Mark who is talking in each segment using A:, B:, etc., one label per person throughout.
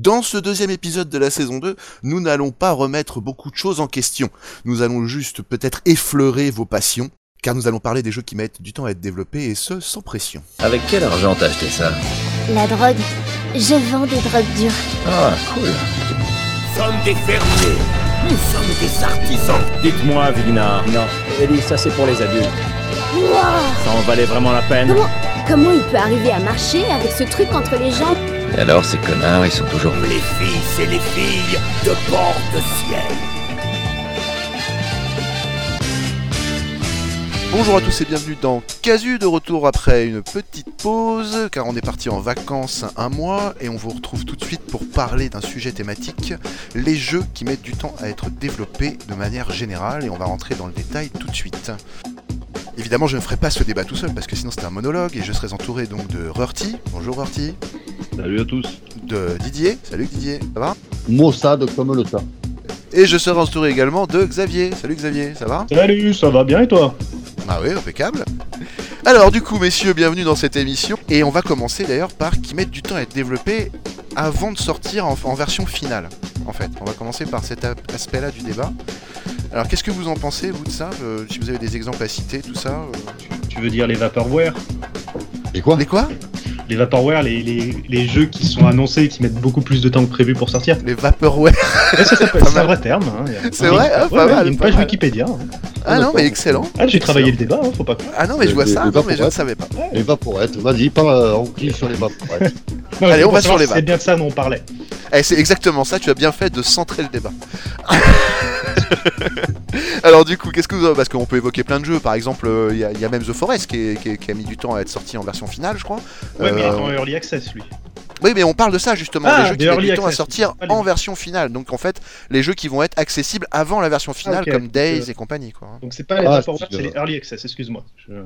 A: Dans ce deuxième épisode de la saison 2, nous n'allons pas remettre beaucoup de choses en question. Nous allons juste peut-être effleurer vos passions, car nous allons parler des jeux qui mettent du temps à être développés et ce, sans pression.
B: Avec quel argent t'as acheté ça
C: La drogue. Je vends des drogues dures.
B: Ah, cool.
D: Nous sommes des fermiers. Nous sommes des artisans.
E: Dites-moi, Vignard,
F: Non, Ellie, ça c'est pour les adultes.
E: ça en valait vraiment la peine
C: Comment Comment il peut arriver à marcher avec ce truc entre les jambes
B: Et alors, ces connards, ils sont toujours...
D: Les fils et les filles de bord de ciel.
A: Bonjour à tous et bienvenue dans Casu, de retour après une petite pause, car on est parti en vacances un mois et on vous retrouve tout de suite pour parler d'un sujet thématique, les jeux qui mettent du temps à être développés de manière générale, et on va rentrer dans le détail tout de suite. Évidemment, je ne ferai pas ce débat tout seul parce que sinon c'est un monologue et je serai entouré donc de Rurti. Bonjour Rurti.
G: Salut à tous.
A: de Didier. Salut Didier, ça va
H: Mossad comme le tas.
A: Et je serai entouré également de Xavier. Salut Xavier, ça va
G: Salut, ça va bien et toi
A: Ah oui, impeccable. Alors du coup, messieurs, bienvenue dans cette émission. Et on va commencer d'ailleurs par qui mettent du temps à être développé avant de sortir en, en version finale. En fait, on va commencer par cet a- aspect-là du débat. Alors qu'est-ce que vous en pensez, vous, de ça Euh, Si vous avez des exemples à citer, tout ça euh.
G: Tu veux dire les Vaporware
H: Et quoi
A: Les quoi
G: Les Vaporware, les, les, les jeux qui sont annoncés et qui mettent beaucoup plus de temps que prévu pour sortir.
A: Les Vaporware
H: Ah,
G: Ouais, ça, ça peut-
A: Pas
G: c'est un
A: mal.
G: vrai terme. hein. Il y a-
A: C'est vrai, ah,
G: Ouais,
A: pas
G: ouais,
A: mal,
G: Il y a une
A: pas
G: page
A: mal.
G: Wikipédia. hein.
A: Ah non,
H: d'accord.
A: mais excellent
G: Ah, j'ai travaillé le débat, hein, faut pas croire.
A: Ah non, mais je vois
H: Les-
A: ça,
H: les
A: non, mais je ne
H: vaporettes.
A: savais pas.
H: Les vaporettes. Vas-y, parle, on clique sur les vaporettes.
G: Non,
A: Allez,
G: c'est
A: on
G: pour
A: va sur
G: savoir
A: les
G: si
A: vagues.
G: C'est bien de ça dont on parlait.
A: Eh, c'est exactement ça, tu as bien fait de centrer le débat. Alors du coup, qu'est-ce que vous... Parce qu'on peut évoquer plein de jeux, par exemple, euh, il y, a- il y a même The Forest qui, est- qui est- qui a mis du temps à être sorti en version finale, je crois.
G: Ouais, mais il est
A: Euh,
G: en early access, lui.
A: Oui, mais on parle de ça justement,
G: Ah,
A: les jeux qui
G: des
A: mettent
G: early
A: du temps à
G: access,
A: sortir
G: pas les-
A: en version finale. Donc en fait, les jeux qui vont être accessibles avant la version finale,
G: ok.
A: comme Days
G: Euh,
A: et compagnie. Quoi.
G: Donc c'est pas les
H: Ah,
G: Vaporware,
H: c'est
G: c'est
H: bien.
G: les early access, excuse-moi. Je-
H: Ouais,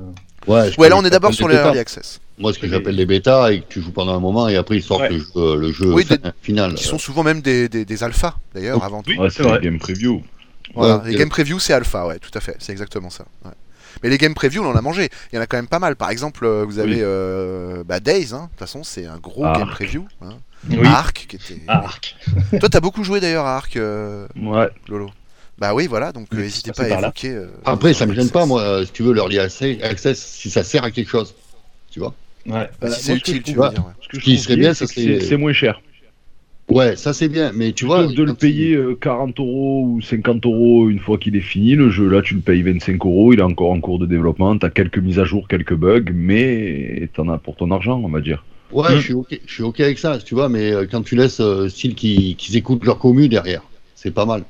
H: je
A: Ouais, là
H: connais
A: on est
H: pas
A: d'abord
H: les
A: sur les
H: bêtas.
A: early access,
H: Moi, ce que
G: Oui.
H: j'appelle les bêtas, et que tu joues pendant un moment, et après ils sortent
G: Ouais.
H: le jeu, euh, le jeu
A: Oui,
H: fin-
A: des-
H: final.
A: qui sont souvent même des, des, des alphas d'ailleurs, avant tout.
G: Oui,
I: Ouais,
G: c'est
I: Ah, c'est
G: vrai.
I: les game preview.
A: Voilà,
H: Ouais,
A: les
H: ok.
A: game preview c'est alpha, ouais, tout à fait, c'est exactement ça. ouais. Mais les game preview, on en a mangé. Il y en a quand même pas mal. Par exemple, euh, vous avez
I: Oui.
A: euh, bah, Days, hein. de toute façon, c'est un gros
I: Arc.
A: game preview. hein.
G: Ah. Oui. Ah,
A: Arc, qui était.
G: Arc.
A: Toi, t'as beaucoup joué d'ailleurs à Arc, euh,
I: Ouais.
A: Lolo. Bah oui, voilà, donc
G: Oui,
A: n'hésitez
G: ça,
A: pas à
G: c'est par là.
A: évoquer. euh,
H: Après, ça
A: dans
H: me gêne
A: l'access.
H: pas, moi, euh, si tu veux, l'early access, access, si ça sert à quelque chose. Tu vois
G: Ouais.
A: Si Euh, c'est
G: Bah,
H: Euh,
I: moi, ce que
A: utile,
I: je
A: tu veux
H: trouve-
A: dire. ouais.
I: Ce que je
H: Qui
I: trouve
H: serait
I: bien,
H: bien,
I: c'est
H: ça,
I: que c'est-
H: c'est-
I: c'est moins cher.
H: Ouais, ça c'est bien, mais tu vois.
I: Plutôt que de le
H: quand tu-
I: payer euh, 40 euros ou 50 euros une fois qu'il est fini, le jeu là, tu le payes 25 euros, il est encore en cours de développement, t'as quelques mises à jour, quelques bugs, mais t'en as pour ton argent, on va dire.
H: Ouais,
G: Mm.
H: je, suis ok, je suis ok avec ça, tu vois, mais euh, quand tu laisses euh, style qu'ils qu'ils écoutent leur commu derrière, c'est pas mal.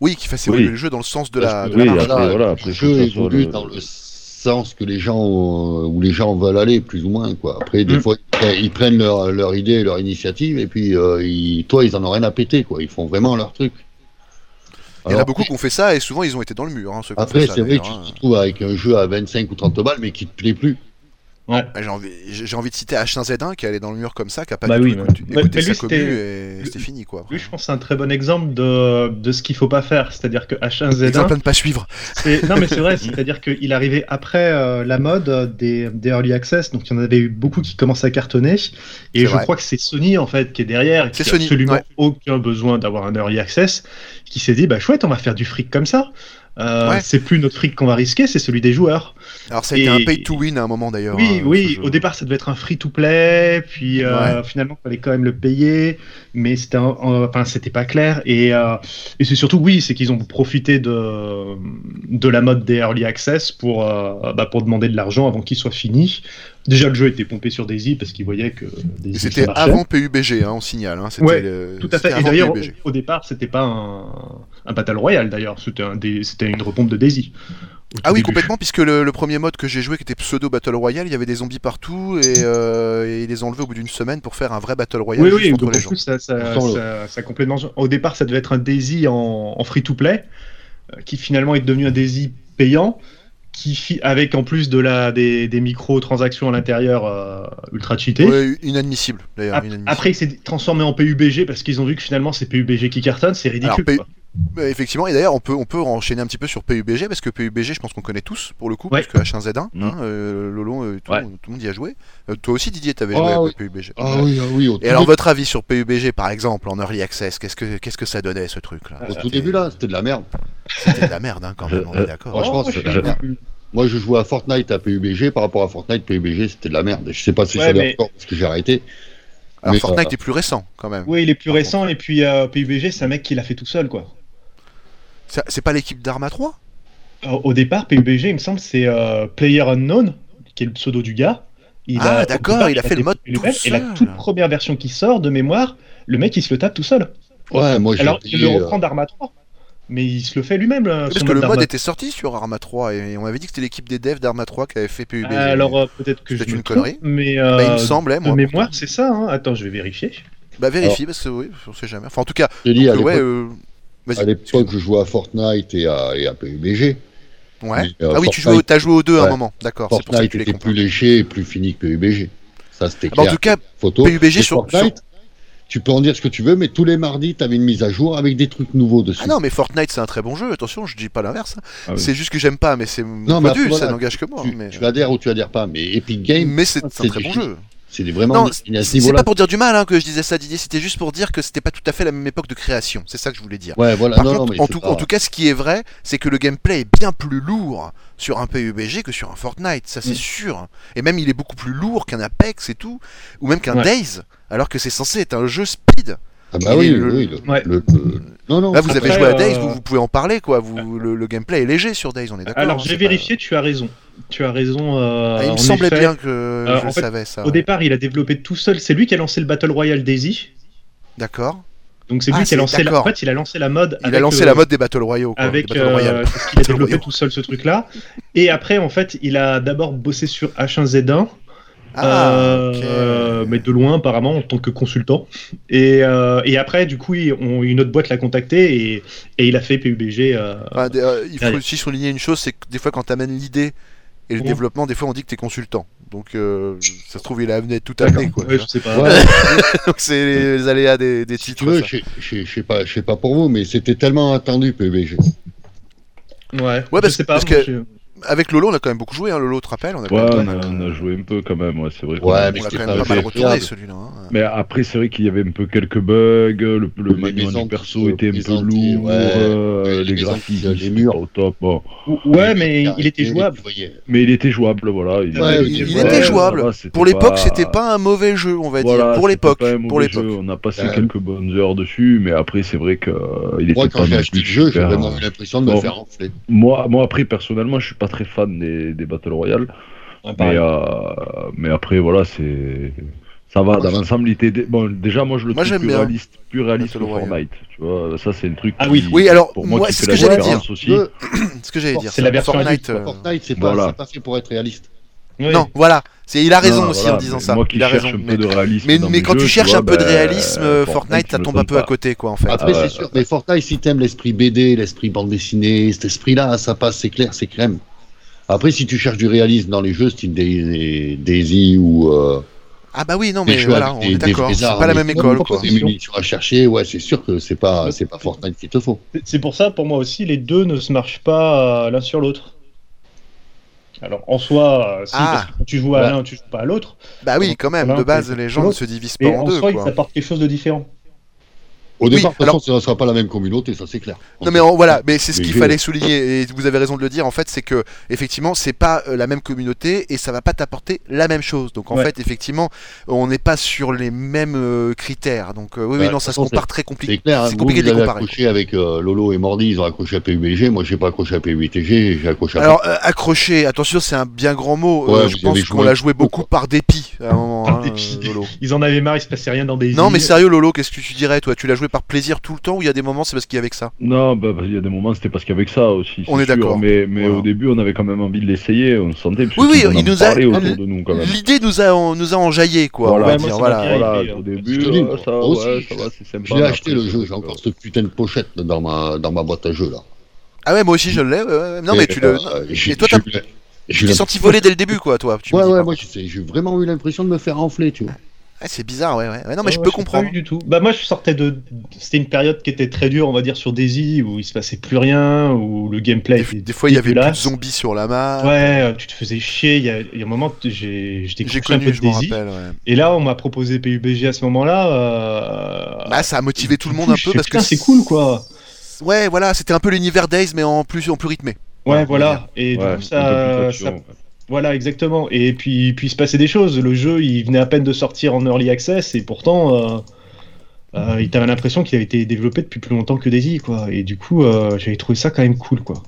A: Oui, qui fasse
I: Oui.
A: évoluer le jeu dans le sens de la.
H: Parce
A: de
H: que,
A: la
I: oui,
A: marque.
I: après, voilà,
H: le
I: après, faut
H: jeu
I: que ça soit
H: évolue
I: le-
H: dans le sens que les gens euh, où les gens veulent aller plus ou moins quoi. Après des
G: Mm.
H: fois ils prennent leur, leur idée, leur initiative et puis euh, ils, toi ils en ont rien à péter quoi. Ils font vraiment leur truc.
A: Il y en a
H: Alors,
A: beaucoup qui ont fait ça et souvent ils ont été dans le mur. hein, ceux qui ont
H: Après
A: fait ça,
H: c'est vrai que
A: d'ailleurs,
H: tu
A: hein.
H: te trouves avec un jeu à 25 ou 30 balles mais qui te plaît plus.
A: Ah, J'ai envie, j'ai- j'ai envie de citer H1Z1 qui est allé dans le mur comme ça, qui a pas
G: Bah
A: du
G: oui,
A: tout
G: mais-
A: écouté-
G: mais-
A: écouté
G: mais
A: sa
G: lui,
A: commu et c'était fini quoi.
G: Lui, je pense que c'est un très bon exemple de, de ce qu'il faut pas faire. C'est-à-dire que H1Z1,
A: Exemple à ne pas suivre.
G: C'est- Non, mais c'est vrai, c'est-à-dire qu'il arrivait après euh, la mode euh, des, des early access, donc il y en avait eu beaucoup qui commençaient à cartonner.
A: C'est
G: Et je
A: vrai.
G: crois que c'est Sony en fait qui est derrière, et qui
A: C'est
G: a
A: Sony,
G: absolument
A: ouais.
G: aucun besoin d'avoir un early access, qui s'est dit bah chouette, on va faire du fric comme ça. Euh,
A: Ouais.
G: C'est plus notre fric qu'on va risquer, c'est celui des joueurs.
A: Alors ça a été
G: Et-
A: un pay to win à un moment d'ailleurs. hein,
G: oui,
A: ce
G: oui.
A: jeu.
G: Au départ, ça devait être un free to play, puis euh, finalement, il fallait quand même le payer, mais c'était, un- un- enfin, c'était pas clair. Et, euh, et c'est surtout, oui, c'est qu'ils ont profité de de la mode des early access pour euh, bah, pour demander de l'argent avant qu'il soit fini. Déjà, le jeu était pompé sur Daisy parce qu'ils voyaient que
A: Et
G: Daisy ça
A: C'était
G: marchait.
A: avant PUBG, hein, on signale. Hein, c'était
G: Ouais,
A: le-
G: Tout à
A: c'était
G: fait. Et
A: avant
G: d'ailleurs, au,
A: PUBG.
G: au départ, c'était pas un, un battle royale d'ailleurs. C'était un des- c'était une repompe de Daisy.
A: Ah
G: au tout
A: oui,
G: début.
A: complètement, puisque le, le premier mode que j'ai joué, qui était pseudo Battle Royale, il y avait des zombies partout et, euh, et ils les ont enlevés au bout d'une semaine pour faire un vrai Battle Royale
G: Oui,
A: juste
G: oui,
A: entre
G: donc
A: les
G: en
A: gens.
G: plus, ça, ça,
H: Sans le-
G: ça- ça complémente. Au départ, ça devait être un Daisy en, en free-to-play, euh, qui finalement est devenu un Daisy payant, qui fi- avec en plus de la, des, des micro-transactions à l'intérieur euh, ultra cheatées.
A: Ouais, inadmissible d'ailleurs.
G: Ap-
A: inadmissible.
G: Après, il s'est transformé en PUBG parce qu'ils ont vu que finalement c'est PUBG qui cartonne, c'est ridicule.
A: Alors, P-
G: quoi.
A: Mais effectivement, et d'ailleurs, on peut, on peut enchaîner un petit peu sur PUBG, parce que PUBG, je pense qu'on connaît tous, pour le coup,
G: Ouais.
A: parce que H1Z1,
I: Mhm.
A: hein, euh, Lolo, euh, tout,
I: Ouais.
A: le monde- tout le monde y a joué. Euh, toi aussi, Didier, t'avais
H: Ah
A: joué à
H: oui.
A: PUBG.
H: Ah oui, ah oui, au tout,
A: Et alors,
H: dé-
A: votre avis sur PUBG, par exemple, en Early Access, qu'est-ce que, qu'est-ce que ça donnait, ce truc-là
H: au tout début là, euh, c'était de la merde.
A: C'était de la merde, hein, quand même, on est d'accord.
H: Franchement,
G: Oh,
H: c'est
G: je suis-
H: la Moi, je jouais à Fortnite à PUBG. Par rapport à Fortnite, PUBG, c'était de la merde. Je sais pas si
G: Ouais,
H: ça l'est
G: mais-
H: encore parce que j'ai arrêté.
A: Alors,
H: Mais, euh,
A: Fortnite est plus récent, quand même.
G: Oui, il est plus
A: Par
G: récent, et puis euh, PUBG, c'est un mec qui l'a fait tout seul, quoi.
A: Ça- C'est pas l'équipe d'Arma 3
H: Ah,
G: Au au départ, PUBG, il me semble, c'est euh, Player Unknown, qui est le pseudo du gars. Il
A: Ah,
G: a- au
A: d'accord,
G: départ,
A: il a fait le mode
G: développé lui-même,
A: tout
G: Et la
A: seul.
G: toute première version qui sort de mémoire, le mec, il se le tape tout seul.
H: Ouais, moi, j'ai
G: Alors, il le
H: payé, euh,
G: reprend d'Arma 3, mais il se le fait lui-même. là,
A: Parce
G: son
A: que le
G: d'Arma
A: mode était sorti sur Arma 3, et on m'avait dit que c'était l'équipe des devs d'Arma 3 qui avait fait PUBG.
G: Ah, Alors, euh, peut-être que je
A: C'est
G: me
A: une
G: trompe,
A: connerie.
G: mais
A: Bah, il
G: euh,
A: me semblait,
G: de
A: moi.
G: mémoire, c'est ça. hein. Attends, je vais vérifier.
A: Bah vérifie parce que oui, on sait jamais. Enfin en tout cas,
H: je te dis, à
A: que, ouais,
H: l'époque-
A: euh, vas-y.
H: à l'époque, je jouais à Fortnite et à, et à PUBG.
A: Ouais.
H: Mais, euh,
A: ah oui, tu joues,
H: Fortnite-
A: t'as joué aux deux à un
H: Ouais.
A: moment, d'accord. C'est pour ça que
H: Fortnite
A: tu les
H: était
A: compares.
H: plus léché et plus fini que PUBG. Ça, c'était
A: Ah bah, en
H: clair.
A: tout cas,
H: Photo.
A: PUBG
H: Et
A: sur-
H: Fortnite, tu peux en dire ce que tu veux, mais tous les mardis, tu avais une mise à jour avec des trucs nouveaux dessus.
A: ah non, mais Fortnite c'est un très bon jeu. Attention, je dis pas l'inverse.
I: Ah oui.
A: C'est juste que j'aime pas, mais c'est mon
H: mais
A: point de vue,
H: après, voilà,
A: ça n'engage que moi.
H: tu,
A: mais
H: tu adhères ou tu adhères pas, mais Epic Games,
A: mais c'est
H: c'est
A: un très
H: du
A: bon
H: jeu.
A: jeu.
H: c'est vraiment
A: Non,
H: destiné à ce
A: C'est pas
H: niveau-là.
A: pour dire du mal hein, que je disais ça, Didier. C'était juste pour dire que c'était pas tout à fait la même époque de création. C'est ça que je voulais dire.
H: Ouais, voilà.
A: Par
H: Bah non,
A: contre,
H: non, mais
A: en,
H: c'est
A: tout,
H: pas-
A: en tout cas, ce qui est vrai, c'est que le gameplay est bien plus lourd sur un PUBG que sur un Fortnite, ça c'est
H: Mm.
A: sûr. Et même il est beaucoup plus lourd qu'un Apex et tout, ou même qu'un
G: Ouais.
A: Days, alors que c'est censé être un jeu speed.
H: Ah bah oui,
A: le-
H: oui, le-
G: Ouais.
H: le- le- Non, non.
A: Là, vous
G: Après,
A: avez joué à
G: euh,
A: Days, vous, vous pouvez en parler, quoi. Vous, le, le gameplay est léger sur Days, on est d'accord.
G: Alors,
A: hein,
G: j'ai
A: c'est
G: vérifié, tu as raison. Tu as raison.
A: pas-
G: euh,
A: Ah, il me
G: en
A: semblait
G: effet.
A: bien que
G: Euh,
A: je
G: en fait,
A: savais ça. hein.
G: Au départ, il a développé tout seul. C'est lui qui a lancé le Battle Royale Daisy.
A: D'accord.
G: Donc c'est
A: Ah,
G: lui qui
A: c'est-
G: a lancé. La...
A: d'accord.
G: En fait, il a lancé la mode.
A: Il a
G: avec,
A: lancé
G: euh,
A: la mode des Battle Royale. Quoi,
G: avec
A: des Battle
G: euh,
A: Royale.
G: parce qu'il a développé
A: Royale.
G: tout seul ce truc-là. Et après, en fait, il a d'abord bossé sur H1Z1,
A: Ah, ok.
G: euh, mais de loin apparemment en tant que consultant. Et, euh, et après, du coup, il- on- une autre boîte l'a contacté et, et il a fait PUBG. euh,
A: Enfin, des- euh, il faut
G: Allez.
A: aussi souligner une chose, c'est que des fois quand t'amènes l'idée et le
G: Mhm.
A: développement, des fois on dit que t'es consultant. Donc euh, ça se trouve il a amené tout amené quoi.
G: ouais, je sais pas.
H: Ouais,
A: Donc c'est les, les aléas des, des
H: si tu
A: titres.
H: veux,
A: ça.
H: je je- je sais pas, je sais pas pour vous, mais c'était tellement attendu PUBG.
G: Ouais,
A: Ouais,
G: je
A: parce-
G: sais pas.
A: parce
G: moi,
A: que-
G: je-
A: Avec Lolo on a quand même beaucoup joué. Hein. Lolo te rappelle, on a quand
I: Ouais,
A: même,
I: on a, on a joué un peu quand même, ouais, c'est vrai. qu'on
H: Ouais,
I: a-
H: Ah, mais
A: on l'a
H: c'était
A: quand même
H: pas
A: pas mal
H: agréable.
A: retourné celui-là. hein.
I: Mais après, c'est vrai qu'il y avait un peu quelques bugs, le, le
H: Les
I: maniement
H: maisons
I: du perso
H: qui se
I: était un peu
H: présentaient,
I: lourd,
H: ouais.
I: euh,
H: Les
I: les
H: maisons qui
I: graphismes,
H: faisaient les
I: les
H: murs.
I: murs au top. bon.
G: Ouais, mais il était jouable.
H: Vous voyez.
I: Mais il était jouable, voilà.
H: Ouais, il était
I: voilà,
A: jouable.
I: là-bas, c'était
A: Pour l'époque,
I: pas-
A: c'était pas un mauvais jeu, on va
I: voilà,
A: dire. Pour
I: c'était
A: l'époque,
I: pas un mauvais
A: pour
I: jeu,
A: l'époque.
I: On a passé
H: Ouais.
I: quelques bonnes heures dessus, mais après, c'est vrai que euh, il
H: Moi,
I: était
H: quand
I: pas
H: j'ai
I: non
H: acheté le
I: plus
H: jeu, j'ai
I: super,
H: vraiment
I: euh,
H: eu l'impression de me
I: Bon.
H: faire enfler.
I: Moi, moi, après, personnellement, je suis pas très fan des, des Battle Royale. mais, euh, mais après, voilà, c'est. Ça va,
H: Moi,
I: dans
H: je-
I: l'ensemble, il était. dé- Bon, déjà, moi, je le
A: Moi,
I: trouve
A: j'aime
I: plus
A: bien.
I: réaliste, plus réaliste que
A: Battle Royale.
I: Fortnite. Tu vois, ça, c'est le truc.
G: Ah oui.
I: qui-
A: Oui, alors,
I: pour moi,
A: moi,
I: qui
A: c'est
I: fait
A: ce
I: la
A: que j'allais dire.
I: différence aussi.
H: Le-
A: C'est ce que j'allais dire.
G: C'est la version
A: Fortnite.
G: adulte,
A: euh,
H: Fortnite, c'est pas,
I: Voilà.
H: c'est pas fait pour être réaliste.
G: Ouais.
A: Non, voilà. C'est- Il a raison
I: Non,
A: aussi
I: voilà,
A: en disant
I: mais
A: ça.
I: Moi qui
A: il a
I: cherche
A: raison.
I: un
A: mais-
I: peu de réalisme.
A: Mais,
I: dans
A: mais
I: mes
A: quand
I: jeux,
A: tu cherches
I: vois,
A: un peu de
I: ben,
A: réalisme, euh, Fortnite, ça
I: me
A: tombe un peu
I: pas.
A: à côté, quoi, en fait.
H: Après,
I: Ah ouais.
H: c'est sûr, mais Fortnite, si t'aimes l'esprit BD, l'esprit bande dessinée, cet esprit-là, ça passe, c'est clair, c'est crème. Après, si tu cherches du réalisme dans les jeux, style Daisy, Daisy ou. euh,
A: Ah bah oui, non,
H: des
A: mais
H: jeux
A: voilà,
H: avec
A: on
H: des-
A: est
H: des
A: d'accord.
H: vrais
A: C'est
H: armes,
A: pas la
H: des
A: même
H: bonnes
A: école, quoi.
H: Des munitions à chercher, ouais, c'est sûr que c'est pas, c'est pas Fortnite qu'il te faut.
G: C'est- C'est pour ça, pour moi aussi, les deux ne se marchent pas euh, l'un sur l'autre. Alors, en soi, euh, si,
A: Ah.
G: parce que quand tu joues à
H: Ouais.
G: l'un, tu joues pas à l'autre.
A: Bah oui, quand même,
G: Voilà,
A: de
G: c'est-
A: base, les gens ne se divisent pas
G: et
A: en
G: en
A: deux,
G: soi,
A: quoi.
G: ils apportent quelque chose de différent.
H: Au
A: Oui,
H: départ, de toute
A: alors-
H: façon, ça ne sera pas la même communauté, ça c'est clair.
A: Non mais en- voilà, mais c'est ce
H: Mais
A: qu'il
H: je-
A: fallait souligner et vous avez raison de le dire en fait, c'est que effectivement c'est pas euh, la même communauté et ça va pas t'apporter la même chose. Donc en
G: Ouais.
A: fait effectivement on n'est pas sur les mêmes euh, critères. Donc euh, oui, oui
H: Ouais,
A: non ça se
H: c'est-
A: compare très compliqué.
H: C'est clair, hein,
A: C'est
H: vous,
A: compliqué
H: vous
A: de les
H: avez
A: comparer.
H: accroché avec euh, Lolo et Mordi, ils ont accroché à PUBG, moi j'ai pas accroché à PUBTG, j'ai accroché à...
A: Alors euh, accroché, attention c'est un bien grand mot.
H: Ouais,
A: Euh,
H: vous
A: je
H: y
A: pense
H: avez
A: qu'on
H: joué
A: l'a
H: un
A: joué
H: peu,
A: beaucoup par dépit à un moment.
G: Par
A: hein,
G: dépit.
A: euh, Lolo.
G: Ils en avaient marre, il se passait rien dans des
A: Non
G: îles.
A: mais sérieux Lolo, qu'est-ce que tu dirais toi Tu l'as joué par plaisir tout le temps ou il y a des moments c'est parce qu'il y avait que ça
I: Non, bah, il y a des moments, c'était parce qu'il y avait que ça aussi.
A: On
I: c'est
A: est
I: sûr,
A: d'accord.
I: Mais, mais
A: Voilà.
I: au début, on avait quand même envie de l'essayer. On sentait. parce
A: Oui, oui,
I: qu'on
A: il
I: en
A: nous a-
I: parlait
A: l-
I: autour de nous quand même.
A: L'idée nous a en- nous a enjaillé quoi.
I: Voilà.
A: on va
G: Ouais, moi,
A: dire,
G: ça m'a
A: voilà.
G: fait
I: Voilà,
A: hein.
G: Ouais,
I: au
H: je
I: début,
H: te dis,
I: euh,
H: moi
I: ça, va,
H: aussi,
I: ouais,
H: je
I: ça
H: l'ai-
I: va, c'est sympa.
H: Je l'ai
I: mais
H: acheté
I: après,
H: le
I: c'est
H: jeu,
I: vrai
H: j'ai
I: que-
H: encore cette putain de pochette dans ma, dans ma boîte à jeux là.
A: Ah ouais moi aussi je l'ai. ouais, ouais. Non mais tu le.
H: euh,
A: Et
H: j'ai-
A: toi
H: j'ai
A: t'as
H: eu la-
A: Tu
H: j'ai eu
A: t'es
H: la-
A: senti voler dès le début, quoi, toi. Tu me
H: Ouais,
A: dis,
H: ouais,
A: par
H: moi j'ai j'ai vraiment eu l'impression de me faire enfler, tu vois.
A: contre. Ah, c'est bizarre, ouais, ouais. Ouais, Non, mais
G: Ah
A: je
G: ouais,
A: peux
G: sais
A: comprendre.
G: pas eu du tout. Bah moi je sortais de c'était une période qui était très dure, on va dire sur Daisy où il se passait plus rien, où le gameplay
A: Des,
G: était
A: des fois, il y avait plus de
G: dégueulasse.
A: zombies sur la map.
G: Ouais, euh, tu te faisais chier, il y a, il y a un moment j'ai j'étais
A: J'ai
G: un peu
A: connu,
G: de
A: je m'en
G: Daisy
A: rappelle. ouais.
G: et là on m'a proposé PUBG à ce moment-là euh...
A: Bah, ça a motivé tout le
G: du
A: monde
G: coup,
A: un
G: je
A: peu
G: fais,
A: parce que.
G: putain, c'est cool quoi.
A: Ouais, voilà, c'était un peu l'univers Days, mais en plus, en plus rythmé.
G: Ouais,
A: Ouais,
G: voilà et du coup
I: Ouais, un peu plus
A: euh,
G: ça,
I: faction,
G: ça-
I: ouais.
G: voilà exactement et puis puis il se passait des choses, le jeu il venait à peine de sortir en early access et pourtant euh... euh, il t'avait l'impression qu'il avait été développé depuis plus longtemps que Daisy quoi et du coup euh, j'avais trouvé ça quand même cool quoi.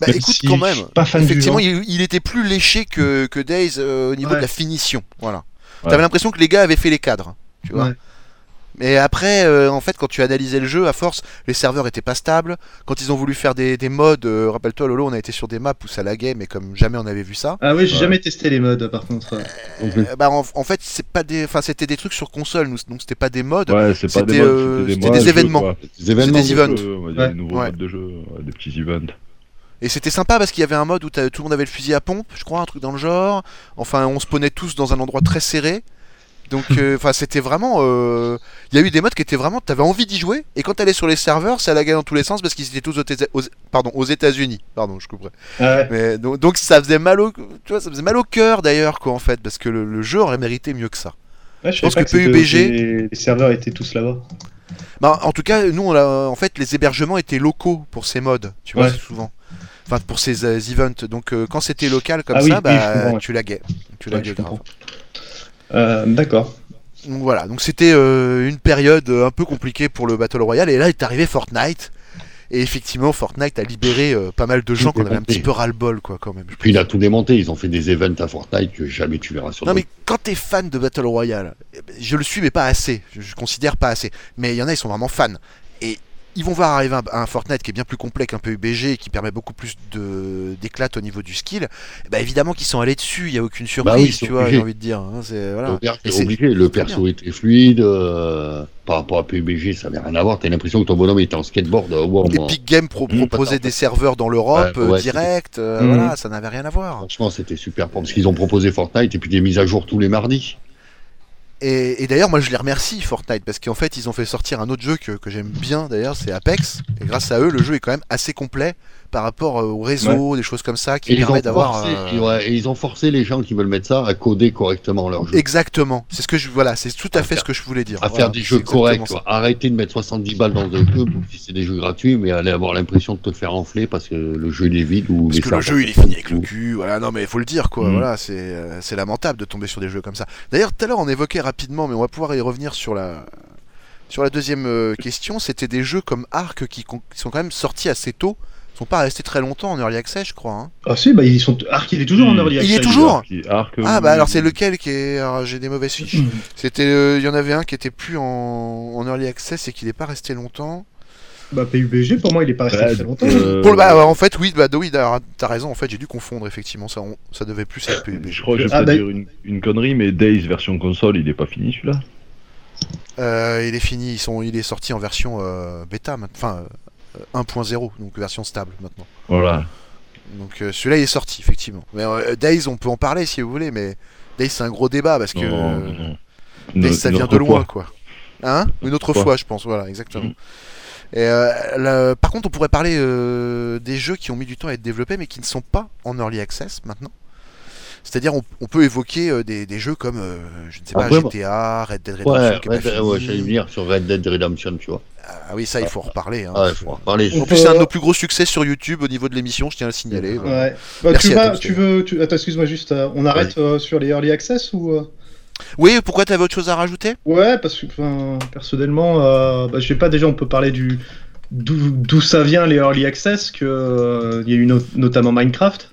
A: Bah,
G: Même
A: écoute,
G: si
A: quand
G: je
A: même.
G: suis pas fan du hein.
A: Effectivement,
G: genre.
A: il, il était plus léché que, que Days euh, au niveau
G: Ouais.
A: de la finition. Voilà.
I: Ouais.
A: T'avais l'impression que les gars avaient fait les cadres. Tu vois.
G: Ouais.
A: Mais après, euh, en fait, quand tu analysais le jeu, à force, les serveurs étaient pas stables. Quand ils ont voulu faire des, des modes, euh, rappelle-toi, Lolo, on a été sur des maps où ça laguait, mais comme jamais on avait vu ça.
G: Ah oui, j'ai
I: Ouais.
G: jamais testé les modes par contre.
H: non plus.
A: Euh, bah, en, en fait, c'est pas des, enfin, c'était des trucs sur console, nous- donc c'était pas des modes.
I: Ouais, c'est pas
A: C'était,
I: des
A: euh,
I: modes,
A: c'était
I: modes
A: des
I: de jeu,
A: événements.
I: quoi.
H: Des événements.
A: C'était des
H: de-
A: events.
I: Euh, on va dire
G: Ouais.
I: Des nouveaux
A: Ouais.
I: modes de jeu, ouais, des petits events.
A: Et c'était sympa parce qu'il y avait un mode où t'as- tout le monde avait le fusil à pompe, je crois, un truc dans le genre. Enfin, on se ponait tous dans un endroit très serré. Donc, euh, enfin, c'était vraiment. euh, Il y a eu des modes qui étaient vraiment. T'avais envie d'y jouer. Et quand t'allais sur les serveurs, ça laguait dans tous les sens parce qu'ils étaient tous aux, Tésa- aux- pardon, aux États-Unis. Pardon, je couperai.
G: Ah
A: Mais donc, donc ça faisait mal au, tu vois, ça faisait mal au cœur d'ailleurs quoi en fait parce que le, le jeu aurait mérité mieux que ça.
G: je
A: pense
G: pense que,
A: que PUBG
G: les- Les serveurs étaient tous là-bas.
A: Bah, en tout cas, nous, on a, euh, en fait, les hébergements étaient locaux pour ces modes, tu vois,
G: Ouais.
A: souvent. Enfin, pour ces euh, events. Donc, euh, quand c'était local comme
G: Ah
A: ça,
G: oui, oui,
A: bah,
G: je comprends, ouais.
A: tu laguais. Tu
G: Ouais,
A: laguais
G: je
A: grave.
G: comprends. Euh, D'accord.
A: Donc, voilà. Donc, c'était euh, une période euh, un peu compliquée pour le Battle Royale. Et là, est arrivé Fortnite. Et effectivement, Fortnite a libéré euh, pas mal de gens qu'on avait un petit peu ras-le-bol, quoi, quand même. je
H: Puis il a tout démonté, ils ont fait des events à Fortnite que jamais tu verras sur
A: Non mais
H: d'autres.
A: quand t'es fan de Battle Royale, eh ben, je le suis mais pas assez, je, je considère pas assez. Mais il y en a ils sont vraiment fans et ils vont voir arriver un, un Fortnite qui est bien plus complet qu'un PUBG et qui permet beaucoup plus de d'éclat au niveau du skill. Eh ben, évidemment qu'ils sont allés dessus, il y a aucune surprise,
H: Bah oui, ils sont
A: tu vois, j'ai
H: obligés.
A: envie de dire. hein, c'est- voilà.
H: Donc,
A: Et
H: t'es
A: c'est-
H: obligé, le
A: c'est très
H: perso était fluide, euh, par rapport à PUBG, ça n'avait rien à voir, t'as l'impression que ton bonhomme était en skateboard, euh, wow, moi,
A: Epic Games pro-
H: Mmh,
A: proposait
H: attends.
A: des serveurs dans l'Europe
H: Ouais, Mhm.
A: euh,
H: ouais, c'était-
A: direct, euh,
G: Mmh.
A: voilà, ça n'avait rien à voir.
H: franchement c'était super, parce qu'ils ont proposé Fortnite et puis des mises à jour tous les mardis.
A: Et, et d'ailleurs, moi je les remercie Fortnite parce qu'en fait ils ont fait sortir un autre jeu que, que j'aime bien d'ailleurs, c'est Apex. Et grâce à eux, le jeu est quand même assez complet par rapport euh, au réseau, des choses comme ça qui
H: Et ils, ont
A: permet d'avoir.
H: forcé,
A: euh,
H: et ouais, et ils ont forcé les gens qui veulent mettre ça à coder correctement leur jeu.
A: Exactement, c'est ce que je voilà, c'est tout à fait ce que je voulais dire.
H: à
A: Voilà,
H: faire des
A: c'est
H: jeux
A: exactement
H: corrects,
A: ça.
H: quoi. arrêter de mettre 70 balles dans un jeu, même si c'est des jeux gratuits, mais aller avoir l'impression de te faire enfler parce que le jeu il est vide ou
A: Parce
H: les
A: que le
H: serveurs
A: jeu il est
H: sont
A: fini avec
H: fous.
A: le cul, voilà, non mais faut le dire quoi,
I: Mhm.
A: voilà, c'est euh, c'est lamentable de tomber sur des jeux comme ça. D'ailleurs tout à l'heure on évoquait rapidement, mais on va pouvoir y revenir sur la sur la deuxième euh, question, c'était des jeux comme Ark qui, con- qui sont quand même sortis assez tôt, sont pas restés très longtemps en early access je crois. hein.
G: Ah si, bah ils sont. Arc, il est toujours en early
A: Il
G: access.
A: est toujours
I: Arc,
A: Ah bah alors c'est lequel qui est alors, j'ai des mauvaises fiches. C'était euh, il y en avait un qui était plus en, en early access et qui n'est pas resté longtemps.
G: Bah PUBG pour moi il est pas resté
I: Ouais,
G: très longtemps.
I: euh,
A: Pour le- bah en fait oui bah oui t'as t'as raison en fait j'ai dû confondre effectivement ça on- ça devait plus être
I: Je
A: PUBG.
I: crois que je vais
G: Ah,
I: pas
G: bah-
I: dire une, une connerie, mais Days version console, il est pas fini celui-là.
A: Euh, il est fini ils sont il est sorti en version euh, bêta maintenant- enfin euh, 1.0 donc version stable maintenant.
I: Voilà.
A: Donc euh, celui-là il est sorti effectivement. Mais euh, Days on peut en parler si vous voulez mais Days c'est un gros débat parce que
I: Non,
A: euh,
I: non, non.
A: Mais
I: Une-
A: ça
I: une
A: vient
I: autre
A: de loin,
I: fois.
A: quoi. Hein Une autre
I: fois.
A: fois, je pense, voilà, exactement. Et euh, le- par contre, on pourrait parler euh, des jeux qui ont mis du temps à être développés, mais qui ne sont pas en early access maintenant. C'est-à-dire, on, on peut évoquer euh, des, des jeux comme, euh, je ne sais pas,
H: Après,
A: GTA, Red Dead Redemption.
H: Ouais,
A: qui est
H: ouais, ben,
A: pas fini.
H: ouais, j'allais venir sur Red Dead Redemption, tu vois.
A: ah oui, ça, il faut en reparler. hein.
H: Ah, ouais, faut en reparler.
A: En plus, c'est un de nos plus gros succès sur YouTube au niveau de l'émission, je tiens à le signaler. voilà.
G: Ouais. Bah,
A: Merci
G: tu
A: à
G: vas,
A: tous,
G: tu veux, tu... attends, excuse-moi juste, euh, on arrête euh, sur les early access ou euh
A: Oui, pourquoi t'avais autre chose à rajouter
G: Ouais, parce que enfin, personnellement, euh, bah, je sais pas. Déjà, on peut parler du d'où d'où ça vient les early access que euh, il y a eu no- notamment Minecraft.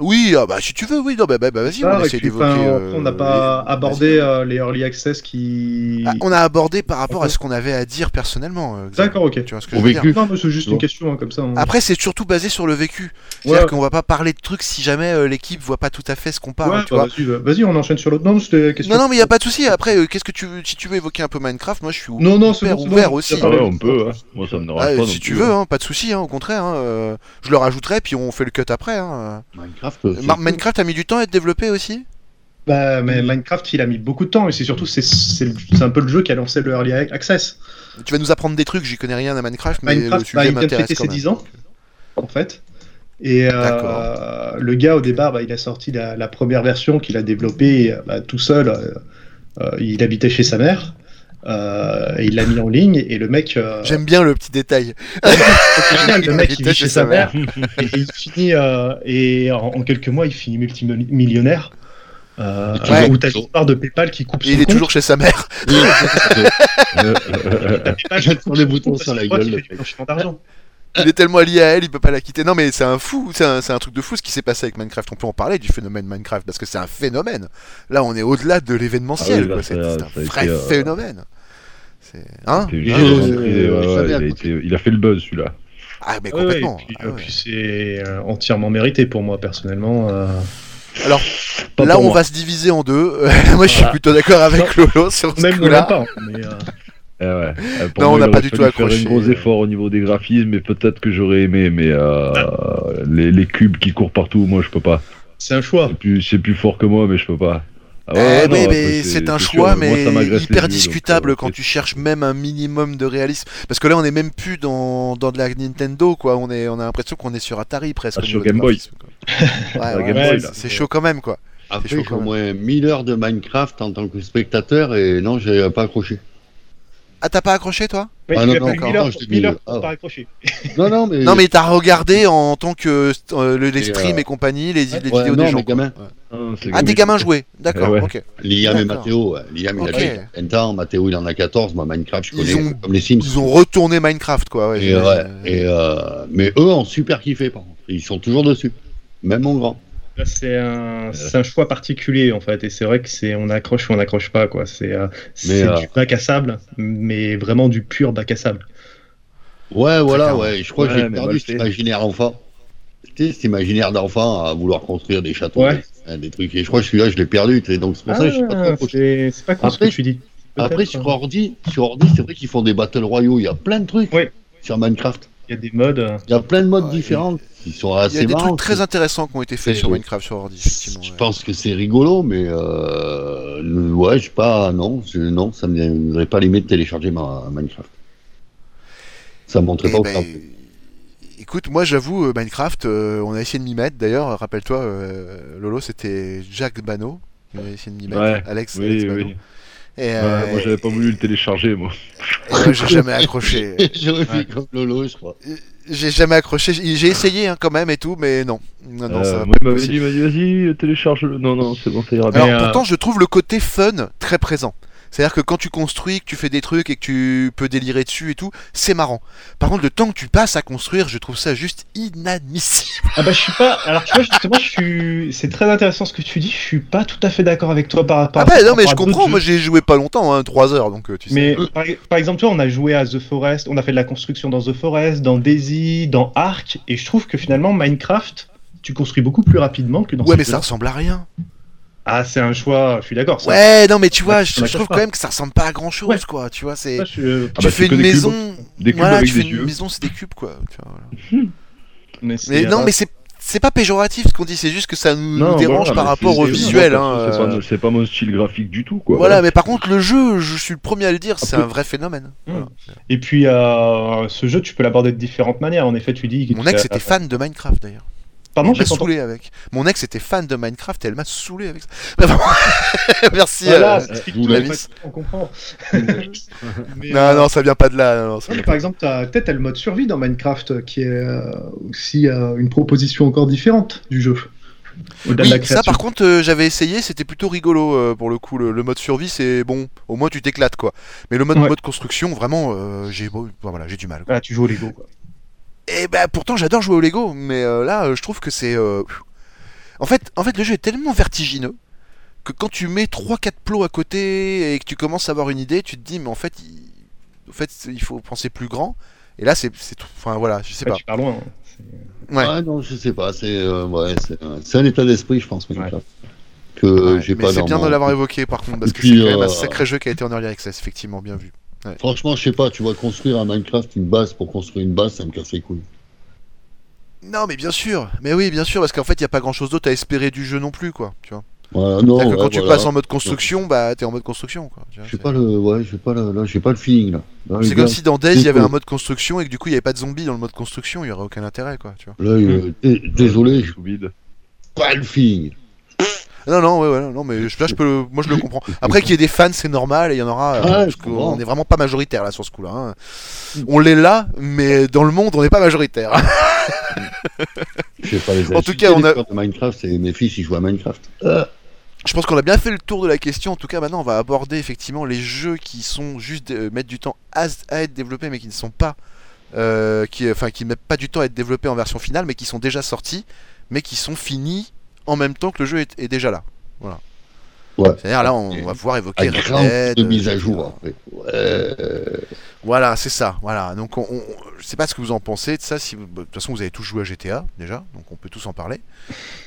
A: Oui, ah bah, si tu veux, oui, non, bah, bah, bah, vas-y,
G: Ah,
A: on
G: et
A: essaie
G: puis,
A: d'évoquer.
G: enfin,
A: euh,
G: on n'a pas
A: les-
G: abordé euh, les early access qui.
A: Ah, on a abordé par rapport à
G: D'accord.
A: ce qu'on avait à dire personnellement. euh, Xavier.
G: D'accord, ok.
A: Tu vois ce que
H: Au
A: je veux dire
H: vécu.
G: Non, mais c'est juste
H: Bon.
G: une question hein, comme ça. hein.
A: Après, c'est surtout basé sur le vécu. C'est-à-dire qu'on va pas parler de trucs si jamais euh, l'équipe voit pas tout à fait ce qu'on parle.
G: Ouais,
A: tu
G: bah,
A: vois.
G: vas-y, bah, vas-y, on enchaîne sur l'autre. Non, c'était la question.
A: Non, non, mais y a pas de souci. Après, euh, qu'est-ce que tu veux- si tu veux évoquer un peu Minecraft, moi je suis
G: non, non, c'est
A: hyper
G: bon, c'est bon,
A: ouvert
G: on a
A: aussi.
I: Ah
G: parlé.
I: ouais, on peut, hein. Moi ça me dérange
A: Ah,
I: pas. euh, non
A: si tu
I: plus.
A: veux, hein, pas de souci. hein, au contraire, hein, euh, je le rajouterai puis on fait le cut après. hein.
H: Minecraft, euh, c'est-
A: Ma- Minecraft a mis du temps à être développé aussi.
G: Bah, mais
A: Mm.
G: Minecraft, il a mis beaucoup de temps et c'est surtout c'est, c'est, le- c'est un peu le jeu qui a lancé le early access.
A: Tu vas nous apprendre des trucs, j'y connais rien à Minecraft, mais le
G: Minecraft,
A: sujet
G: bah, il vient de
A: m'intéresse
G: fêter
A: quand
G: ses
A: même.
G: 10 ans, en fait. Et euh,
A: D'accord.
G: le gars, au départ, bah, il a sorti la, la première version qu'il a développée euh, bah, tout seul. euh, euh, il habitait chez sa mère. euh, et il l'a mis en ligne et le mec, euh,
A: J'aime bien le petit détail.
G: au final, le mec il
A: habitait
G: vit chez sa mère et il finit euh, et en, en quelques mois il finit multimillionnaire. Euh,
A: Ouais.
G: Ou t'as l'histoire de PayPal qui coupe
A: Et
G: son
A: il est
G: compte.
A: toujours chez sa mère.
G: PayPal qui
H: J'attends
G: coupe
H: les
G: son
H: boutons
G: compte
H: sur
G: parce
H: la
G: que c'est
H: gueule,
G: toi
H: le
G: qui fais du blanchiment d'argent.
A: Il est tellement lié à elle, il peut pas la quitter. Non mais c'est un fou, c'est un, c'est un truc de fou ce qui s'est passé avec Minecraft. On peut en parler du phénomène Minecraft parce que c'est un phénomène. Là on est au-delà de
I: Ah
A: l'événementiel.
I: oui, là,
A: quoi.
I: ça
A: c'est
I: a-
A: c'est
I: ça a
A: un vrai
I: été, euh,
A: phénomène. C'est- Hein
I: T'es une
H: Ah,
I: chance,
H: ouais, ouais,
I: ouais, ouais,
H: ouais,
I: ouais,
H: ouais,
I: il a
H: ouais.
I: été- Il a fait le buzz celui-là.
A: Ah mais
G: Ouais, ouais,
A: complètement.
G: et puis,
A: Ah
G: euh,
A: ouais.
G: puis c'est euh, entièrement mérité pour moi personnellement. euh.
A: Alors
I: Pas
A: là
I: pour
A: on
I: moi.
A: va se diviser en deux. Euh, moi je suis
G: Voilà.
A: plutôt d'accord avec Lolo sur ce
G: Même ou même
A: coup-là.
G: pas. hein, Mais, euh,
I: Eh ouais. Euh, pour
A: Non, on
I: moi, il
A: n'a pas
I: aurait
A: du tout
I: fallu faire
A: accroché,
I: un gros
A: euh.
I: effort au niveau des graphismes, mais peut-être que j'aurais aimé, mais euh, les, les cubes qui courent partout, moi je peux pas.
G: c'est un choix.
I: C'est plus, c'est plus fort que moi, mais je peux pas. Ah
A: Eh
I: ouais,
A: oui,
I: non, après,
A: mais c'est un
I: sûr,
A: choix,
I: moi,
A: mais
I: ça m'agresse les
A: hyper
I: yeux, donc,
A: discutable
I: euh,
A: quand
I: c'est-
A: tu cherches même un minimum de réalisme. Parce que là, on est même plus dans, dans de la Nintendo, quoi. On, est, on a l'impression qu'on est sur Atari presque.
I: Ah,
A: au
I: sur
A: niveau
I: Game
A: des
I: Boy.
A: graphismes, quoi. Ouais,
I: La
A: ouais,
I: Game
A: ouais,
G: Boy,
A: c'est-
G: là.
A: c'est chaud quand même, quoi. C'est chaud
H: Après, j'ai
A: quand
H: au
A: même.
H: moins 1000 euh, heures de Minecraft en tant que spectateur et non, j'ai pas accroché.
A: Ah, t'as pas accroché, toi
G: Mais
H: Ah
G: il
H: non,
G: a
H: non,
G: fallu
H: encore,
G: 1000 heures
H: non, je
G: pour-
H: t'ai
G: 1000
H: mis-
G: heures pour
H: ah.
G: pas raccrocher.
H: Non, non, mais.
A: Non, mais t'as regardé en tant que euh, le- les
H: Et, euh,
A: streams et compagnie, les, les
H: Ouais,
A: vidéos
H: non,
A: des gens.
H: mais gamin.
I: Ah, c'est
A: Ah, des
I: cool.
A: gamins joués, d'accord,
I: Eh ouais.
A: ok.
H: Liam et
A: D'accord.
H: Mathéo, ouais. Liam, il
A: Ok.
H: a déjà 20 ans, Mathéo, il en a 14. Moi, Minecraft, je
A: Ils
H: connais
A: ont-
H: comme les Sims.
A: Ils ont retourné Minecraft, quoi. Ouais,
H: Et, ouais,
A: j'imagine.
H: et, euh, mais eux ont super kiffé, par contre. Ils sont toujours dessus. Même mon grand.
G: Là, c'est un, c'est un choix particulier en fait, et c'est vrai que c'est on accroche ou on n'accroche pas quoi. C'est euh, c'est
H: euh,
G: du bac à sable, mais vraiment du pur bac à sable.
H: Ouais, voilà,
A: clairement.
H: ouais. Je crois que
I: Ouais,
H: j'ai
I: mais
H: perdu
I: mal
H: cet
I: fait.
H: imaginaire enfant. Tu sais, cet imaginaire d'enfant à vouloir construire des châteaux, hein,
G: Ouais.
H: des, des trucs. Et je crois que celui-là, je l'ai perdu. tu sais, Donc, c'est pour ça que je suis pas trop
G: Ah,
H: accroché.
G: c'est c'est pas con ce que
H: Après-
G: tu dis.
H: Après,
G: Peut-être,
H: sur
G: hein.
H: ordi, sur ordi, c'est vrai qu'ils font des battle royaux. Il y a plein de trucs
G: Ouais.
H: sur Minecraft.
G: il y a des modes. euh,
H: Il y a plein de modes
A: Ouais,
H: différents qui sont
I: ah,
A: Il y a
H: assez
A: des
H: marrants.
A: trucs très intéressants qui ont été faits
H: C'est-
A: sur Minecraft sur ordi, effectivement.
H: Je
A: ouais.
H: pense que c'est rigolo, mais euh, le- ouais, je sais pas, non, je- non, ça me viendrait pas l'aimer de télécharger ma, Minecraft. Ça me montrait
A: Eh
H: pas au
A: ben,
H: crabe.
A: Écoute, moi j'avoue, euh, Minecraft, euh, on a essayé de m'y mettre. D'ailleurs, rappelle-toi, euh, Lolo, c'était Jack Bano. On a essayé de m'y mettre.
I: Ouais,
A: Alex, Alex
I: Oui,
A: Bano.
I: oui.
A: Et,
I: Ouais,
A: euh,
I: moi j'avais pas voulu le télécharger, moi.
A: et moi, j'ai jamais accroché.
H: J'aurais fait comme Lolo, je crois.
A: j'ai jamais accroché. J'ai j'ai essayé hein, quand même et tout, mais non. Non, Ah non, ça
I: Euh,
A: va
I: moi,
A: pas
I: il m'avait
A: possible.
I: dit, il m'a dit, vas-y, télécharge-le. Non, non, c'est bon, ça ira bien.
A: Alors
G: Mais, euh,
A: pourtant, je trouve le côté fun très présent. C'est-à-dire que quand tu construis, que tu fais des trucs et que tu peux délirer dessus et tout, c'est marrant. Par contre, le temps que tu passes à construire, je trouve ça juste inadmissible.
G: Ah bah je suis pas. Alors tu vois justement, je suis. C'est très intéressant ce que tu dis. Je suis pas tout à fait d'accord avec toi par rapport.
A: Ah
G: à ça,
A: bah non,
G: par
A: mais je
G: rapport à
A: comprends.
G: d'autres
A: Moi,
G: jeux.
A: j'ai joué pas longtemps, hein, 3 heures, donc euh, tu sais.
G: Mais par, par exemple, toi, on a joué à The Forest, on a fait de la construction dans The Forest, dans Daisy, dans Ark, et je trouve que finalement Minecraft, tu construis beaucoup plus rapidement que dans.
A: Ouais,
G: ces
A: mais ça
G: jeux-là.
A: ressemble à rien.
G: Ah, c'est un choix. Je suis d'accord. ça.
A: Ouais, non, mais tu vois,
G: Ouais,
A: je,
G: on
A: je
G: la cache
A: trouve
G: pas.
A: quand même que ça ressemble pas à grand chose,
G: Ouais.
A: quoi. Tu vois, c'est.
G: Ça, je-
I: Ah
A: tu
I: bah,
A: fais
I: c'est que
A: une
I: des cubes.
A: maison.
I: Des cubes
A: voilà,
I: avec
A: tu fais
I: des
A: une
I: yeux.
A: maison, c'est des cubes, quoi. tu vois, voilà.
G: c'est-
A: Mais non, mais c'est. C'est pas péjoratif ce qu'on dit, c'est juste que ça nous
I: Non, voilà,
A: dérange
I: mais
A: par
I: c'est-
A: rapport au
I: c'est-
A: visuel.
I: moi,
A: hein,
I: perso, c'est
A: euh.
I: pas- C'est pas mon style graphique du tout, quoi.
A: voilà, mais par contre, le jeu, je suis le premier à le dire, c'est
G: peu.
A: un vrai phénomène.
G: Mm.
A: Voilà.
G: Et puis, euh, ce jeu, tu peux l'aborder de différentes manières. En effet, tu dis. que
A: Mon
G: tu-
A: ex était fan de Minecraft d'ailleurs.
G: Pardon,
A: Elle
G: j'ai
A: m'a
G: pas entendu.
A: saoulé avec. Mon ex était fan de Minecraft et elle m'a saoulé avec ça. Mais bon, Merci.
G: Voilà,
A: euh,
G: ça explique
H: vous
G: tout, en
A: l'avez-
G: fait, on comprend. Mais,
A: Non,
G: euh,
A: non, ça vient pas de là. non, non, ça
G: Non,
A: vient
G: mais
A: pas
G: par
A: de là.
G: exemple, t'as- peut-être t'as le mode survie dans Minecraft euh, qui est euh, aussi euh, une proposition encore différente du jeu. Au-delà de la
A: Oui, ça
G: création.
A: par contre, euh, j'avais essayé, c'était plutôt rigolo euh, pour le coup. Le, le mode survie, c'est bon, au moins tu t'éclates quoi. Mais le mode,
G: Ouais.
A: mode construction, vraiment, euh, j'ai bon, voilà, j'ai du mal. quoi.
G: Ah, tu joues au Lego. Quoi.
A: Et bah pourtant j'adore jouer au Lego, mais euh, là euh, je trouve que c'est... euh, En, fait, en fait le jeu est tellement vertigineux que quand tu mets 3-4 plots à côté et que tu commences à avoir une idée, tu te dis mais en fait il, en fait, c'est- il faut penser plus grand. Et là c'est... c'est tout- Enfin voilà, je sais
G: Ah,
A: pas.
G: tu pars loin. hein.
A: Ouais.
H: Ah non, je sais pas. C'est euh, ouais, c'est un- c'est un état d'esprit, je pense, Minecraft. Que
A: Ouais,
H: euh, j'ai
A: mais
H: pas
A: c'est bien
H: mon-
A: de l'avoir évoqué par contre, parce
H: Et
A: que
H: puis,
A: c'est quand même un
H: euh,
A: sacré jeu qui a été en early access, effectivement, bien vu.
H: Franchement, je sais pas, tu vois, construire un Minecraft, une base pour construire une base, ça me casse les couilles.
A: Non mais bien sûr, mais oui bien sûr, parce qu'en fait il n'y a pas grand chose d'autre à espérer du jeu non plus quoi, tu vois.
H: Voilà, non,
A: C'est-à-dire que
H: Oh, ouais,
A: quand tu
H: voilà.
A: passes en mode construction, bah t'es en mode construction. Quoi. Tu vois,
H: Je sais
A: c'est-
H: pas le, ouais, j'ai pas le, là, j'ai pas le feeling là. Là, les
A: C'est comme
H: gars,
A: si dans Days il y avait
H: Désolé.
A: un mode construction et que du coup il n'y avait pas de zombies dans le mode construction, il n'y aurait aucun intérêt quoi. Tu vois.
H: là, euh, dé- désolé, j'ai
I: Sous vide.
H: pas le feeling.
A: Ah, Non, non, ouais, ouais, non, non, mais je- là je peux, le- moi je le comprends. Après qu'il y ait des fans, c'est normal et il y en aura. euh,
H: Ouais,
A: parce
H: je comprends.
A: qu'on n'est vraiment pas majoritaire là sur ce coup-là. hein. On l'est là, mais dans le monde on n'est pas majoritaire.
H: Je sais pas les
A: En tout cas, on a-
H: de Minecraft et mes fils ils jouent à Minecraft.
A: Je pense qu'on a bien fait le tour de la question. En tout cas, maintenant, on va aborder effectivement les jeux qui sont juste euh, mettent du temps à, s- à être développés, mais qui ne sont pas, euh, qui, enfin, qui mettent pas du temps à être développés en version finale, mais qui sont déjà sortis, mais qui sont finis en même temps que le jeu est, est déjà là. Voilà.
H: Ouais.
A: C'est-à-dire là, on,
H: Et
A: va pouvoir évoquer
H: À
A: Red
H: grande
A: Dead,
H: de mise à
A: etc.
H: jour après. Ouais.
A: Voilà, c'est ça. Voilà. Donc, on, on- je sais pas ce que vous en pensez de ça. Si vous- bah, de toute façon, vous avez tous joué à GTA déjà, donc on peut tous en parler.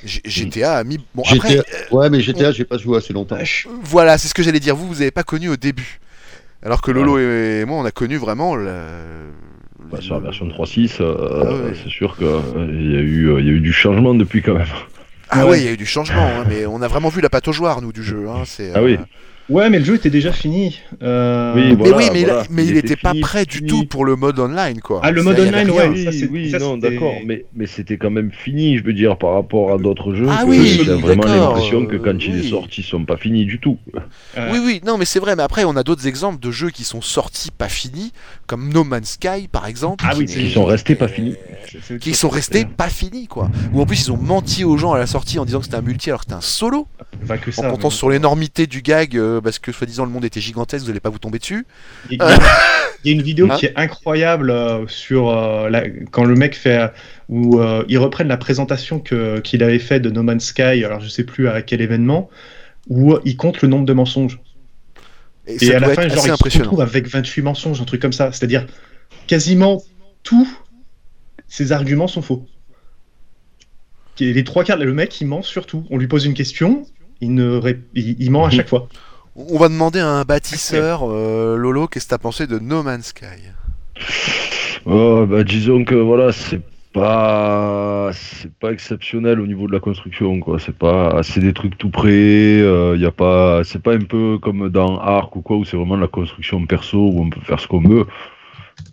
A: G- GTA a mis. Bon, après, euh,
H: GTA Ouais, mais GTA, j'ai pas joué assez longtemps.
A: Voilà, c'est ce que j'allais dire. Vous, vous n'avez pas connu au début. Alors que Lolo et moi, on a connu vraiment le.
I: Bah,
A: le-
I: sur la version 3.6, euh,
A: Ah ouais.
I: c'est sûr qu'il y, a eu, euh, il y a eu du changement depuis quand même.
A: Ah ouais, il y a eu du changement, hein, mais on a vraiment vu la patte au joueur, nous, du jeu. hein, c'est,
I: Ah oui.
A: euh,
G: Ouais, mais le jeu était déjà fini. Euh,
I: Oui,
A: Mais
I: voilà,
A: oui, mais, il a-
I: voilà.
A: mais il
I: Il était
A: n'était pas
I: fini,
A: prêt du
I: fini.
A: tout pour le mode online, quoi.
G: Ah, le
A: Ça,
G: mode
A: il y avait
G: online,
A: rien.
G: ouais. ça, c'est-
I: oui,
G: ça,
I: non,
G: c'était-
I: d'accord, mais, mais c'était quand même fini, je veux dire, par rapport à d'autres jeux.
A: Ah
I: que
A: oui,
I: j'ai vraiment
A: d'accord,
I: l'impression que quand
A: euh,
I: il
A: oui.
I: est sorti, ils sont pas finis du tout.
G: euh,
A: Oui, oui, non, mais c'est vrai, mais après, on a d'autres exemples de jeux qui sont sortis pas finis, comme No Man's Sky, par exemple.
G: Ah oui,
A: qui-
G: c'est-
I: Ils sont restés pas finis.
G: c'est- c'est-
A: qui sont restés pas finis, quoi. Ou en plus, ils ont menti aux gens à la sortie en disant que c'était un multi alors que c'était un solo.
G: Pas que
A: en
G: ça.
A: comptant
G: mais-
A: sur l'énormité du gag, euh, parce que soi-disant le monde était gigantesque, vous n'allez pas vous tomber dessus.
G: Il y a, il y a une vidéo
A: Hein
G: qui est incroyable euh, sur euh, la- quand le mec fait euh, où euh, ils reprennent la présentation que qu'il avait fait de No Man's Sky. Alors je sais plus à quel événement où euh, il compte le nombre de mensonges.
A: Et,
G: Et
A: ça
G: à
A: doit
G: la
A: être
G: fin, genre
A: assez
G: il se
A: impressionnant.
G: retrouve avec 28 mensonges, un truc comme ça. C'est-à-dire quasiment tous ses arguments sont faux. Et Les trois quarts, le mec il ment surtout. On lui pose une question, il ne ré- il, il ment à chaque fois.
A: On va demander à un bâtisseur, euh, Lolo, qu'est-ce que t'as pensé de No Man's Sky
I: Oh, bah, disons que voilà, c'est pas c'est pas exceptionnel au niveau de la construction quoi c'est pas c'est des trucs tout près euh, y a pas c'est pas un peu comme dans Arc ou quoi où c'est vraiment la construction perso où on peut faire ce qu'on veut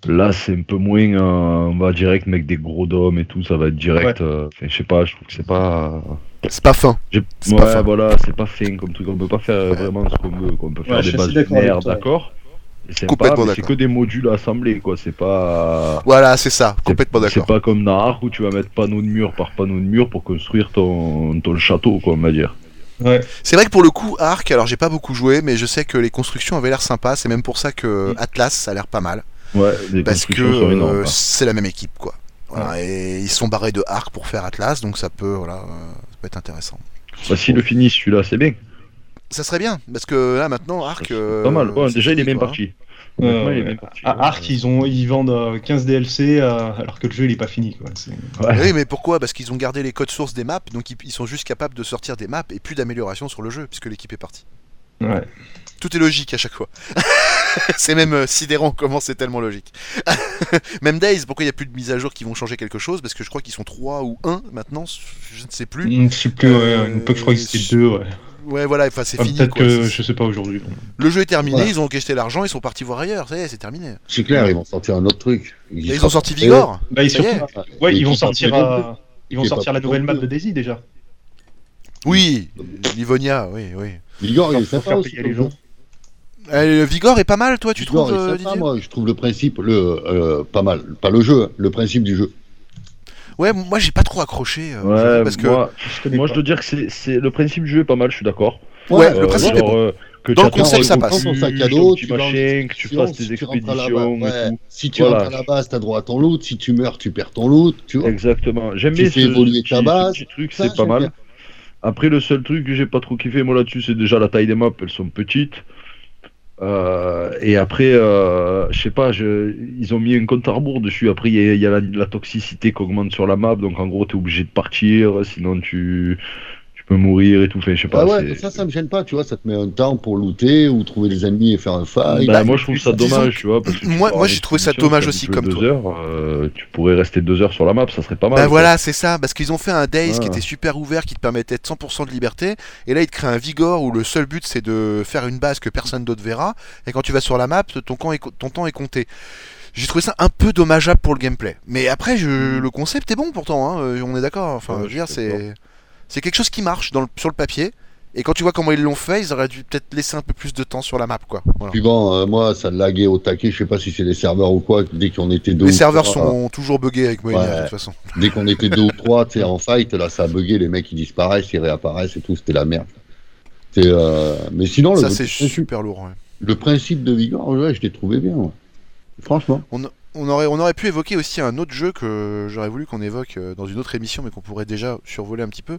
I: là c'est un peu moins euh, on va direct mec des gros dômes et tout ça va être direct euh, enfin, je sais pas je trouve que c'est pas
A: C'est pas fin.
I: j'ai-
A: C'est
I: ouais,
A: pas fin.
I: voilà, c'est pas fin comme truc. On peut pas faire euh, vraiment ce qu'on veut. quoi. On peut faire
G: Ouais, je suis
I: des bases
G: assez d'accord avec
I: linéaires,
G: toi.
I: d'accord. Et C'est
A: Complètement
I: pas, mais c'est
A: d'accord.
I: que des modules à assembler, quoi. C'est pas.
A: Voilà, c'est ça,
I: c'est-
A: complètement d'accord.
I: C'est pas comme dans Ark où tu vas mettre panneau de mur par panneau de mur pour construire ton, ton château, quoi, on va dire.
A: C'est vrai que pour le coup, Arc, alors j'ai pas beaucoup joué, mais je sais que les constructions avaient l'air sympas, c'est même pour ça
G: Mm.
A: que Atlas, ça a l'air pas mal.
I: Ouais, les
A: Parce que
I: constructions sont énormes.
A: euh,
I: quoi.
A: c'est la même équipe, quoi. Voilà, Et ils sont barrés de Arc pour faire Atlas, donc ça peut, voilà, euh, ça peut être intéressant.
I: Bah, S'ils le finissent celui-là, c'est bien.
A: Ça serait bien, parce que là maintenant, Arc.
I: C'est pas mal. Ouais,
A: c'est
I: déjà, il est
A: fini,
I: même
A: quoi, hein.
I: parti.
G: Ouais,
I: Honnêtement, il est
G: ouais.
I: même parti.
G: À Arc, ils, ont, ils vendent euh, 15 DLC euh, alors que le jeu il est pas fini. Quoi. C'est-
I: Ouais.
A: Oui, mais pourquoi Parce qu'ils ont gardé les codes sources des maps, donc ils, ils sont juste capables de sortir des maps et plus d'amélioration sur le jeu, puisque l'équipe est partie.
G: Ouais.
A: Tout est logique à chaque fois. c'est même euh, sidérant comment c'est tellement logique. même Days, pourquoi il n'y a plus de mises à jour qui vont changer quelque chose Parce que je crois qu'ils sont 3 ou 1 maintenant, je ne sais plus.
G: Mm, Je sais plus,
A: Euh,
G: ouais, une époque, je crois que c'était deux. Ouais.
A: Ouais, voilà, enfin c'est
G: Ah,
A: fini.
G: Peut-être
A: Quoi.
G: que
A: C'est-
G: je sais pas aujourd'hui.
A: Le jeu est terminé,
H: Ouais.
A: ils ont encaissé l'argent, ils sont partis voir ailleurs, ça y est, c'est terminé.
H: C'est clair, ils vont sortir un autre truc.
A: Et ils ont sorti Vigor
G: Bah, ils,
A: Ça y est.
G: surtout- ouais,
H: Et
G: ils vont
H: qui sortent
G: sortir,
H: les deux.
G: euh, ils vont
H: Qui est
G: sortir
H: pas
G: la nouvelle map
H: plus.
G: de Daisy déjà.
A: Oui, Livonia, oui, oui.
H: Vigor, il est
G: Pour
H: sympa
G: faire
H: aussi.
G: payer les gens.
A: Euh, Vigor est pas mal, toi, tu
H: Vigor
A: trouves,
H: est
A: euh,
H: sympa,
A: Didier
H: moi, je trouve le principe, le, euh, pas mal, pas le jeu, le principe du jeu.
A: Ouais, moi j'ai pas trop accroché. euh,
I: Ouais,
A: parce que
I: moi,
G: Je connais
I: moi,
G: pas.
I: je dois dire que c'est- c'est le principe du jeu est pas mal, je suis d'accord.
A: Ouais, le principe est
I: genre,
A: bon.
I: euh, que
A: Dans le
I: tu attends
A: concept,
I: un
A: ça
I: gros
A: passe.
I: cul,
H: Ton sac à
I: ton
H: dos, tu
I: petit
H: vas en
I: machin, que tu
H: excursion,
I: fasses
H: si
I: tes
H: tu rentres à la
I: expéditions
H: base,
I: et
H: ouais.
I: tout.
H: Si tu
I: Voilà.
H: rentres à la base, t'as droit à ton loot. Si tu meurs, tu perds ton loot. Tu vois.
I: Exactement. J'aime
H: Tu
I: bien
H: fais
I: ce,
H: évoluer
I: ce
H: ta
I: petit- ce
H: base,
I: petit truc,
H: ça,
I: c'est pas
H: j'aime
I: mal.
H: bien.
I: Après, le seul truc que j'ai pas trop kiffé, moi là-dessus, c'est déjà la taille des maps, elles sont petites. Euh, et après, euh, je sais pas, je- ils ont mis un compte à rebours dessus. Après, il y a, il y a la, la toxicité qui augmente sur la map, donc en gros, t'es obligé de partir, sinon tu, tu peux mourir et tout. Enfin, je sais pas.
H: Ah ouais,
I: c'est-
H: mais ça, ça me gêne pas, tu vois, ça te met un temps pour looter ou trouver des ennemis et faire un
A: Ah,
H: fight.
I: Bah, moi je trouve ça
A: disons
I: dommage,
A: que-
I: tu vois. Parce que tu
A: Moi-
I: pars
A: moi,
I: en
A: j'ai trouvé ça
I: expédition,
A: dommage
I: t'as
A: aussi,
I: plus que
A: comme
I: deux
A: toi.
I: heures, euh, tu pourrais rester deux heures sur la map, ça serait pas mal.
A: Bah
I: quoi.
A: voilà, c'est ça, parce qu'ils ont fait un Days qui
I: Ouais.
A: était super ouvert, qui te permettait de 100% de liberté, et là ils te créent un Vigor où le seul but c'est de faire une base que personne d'autre verra, et quand tu vas sur la map, ton, camp est co- ton temps est compté. J'ai trouvé ça un peu dommageable pour le gameplay, mais après je... le concept est bon pourtant, hein, euh, on est d'accord, enfin
I: Ouais,
A: je veux dire
I: je suis
A: c'est... C'est quelque chose qui marche dans le- sur le papier, et quand tu vois comment ils l'ont fait, ils auraient dû peut-être laisser un peu plus de temps sur la map quoi. Voilà.
H: Puis bon, euh, moi, ça laguait au taquet, je sais pas si c'est les serveurs ou quoi, dès qu'on était deux
A: Les
H: ou
A: serveurs
H: trois,
A: sont toujours buggés avec Moenia de
H: euh, Ouais.
A: toute façon.
H: Dès qu'on était deux ou trois, tu sais, en fight, là, ça a bugué, les mecs, ils disparaissent, ils réapparaissent et tout, c'était la merde. C'est, euh, Mais sinon,
A: ça
H: le,
A: c'est
H: principe-
A: super lourd. ouais.
H: le principe de Vigor, ouais, je l'ai trouvé bien, ouais. franchement.
A: On aurait, on aurait pu évoquer aussi un autre jeu que j'aurais voulu qu'on évoque euh, dans une autre émission, mais qu'on pourrait déjà survoler un petit peu.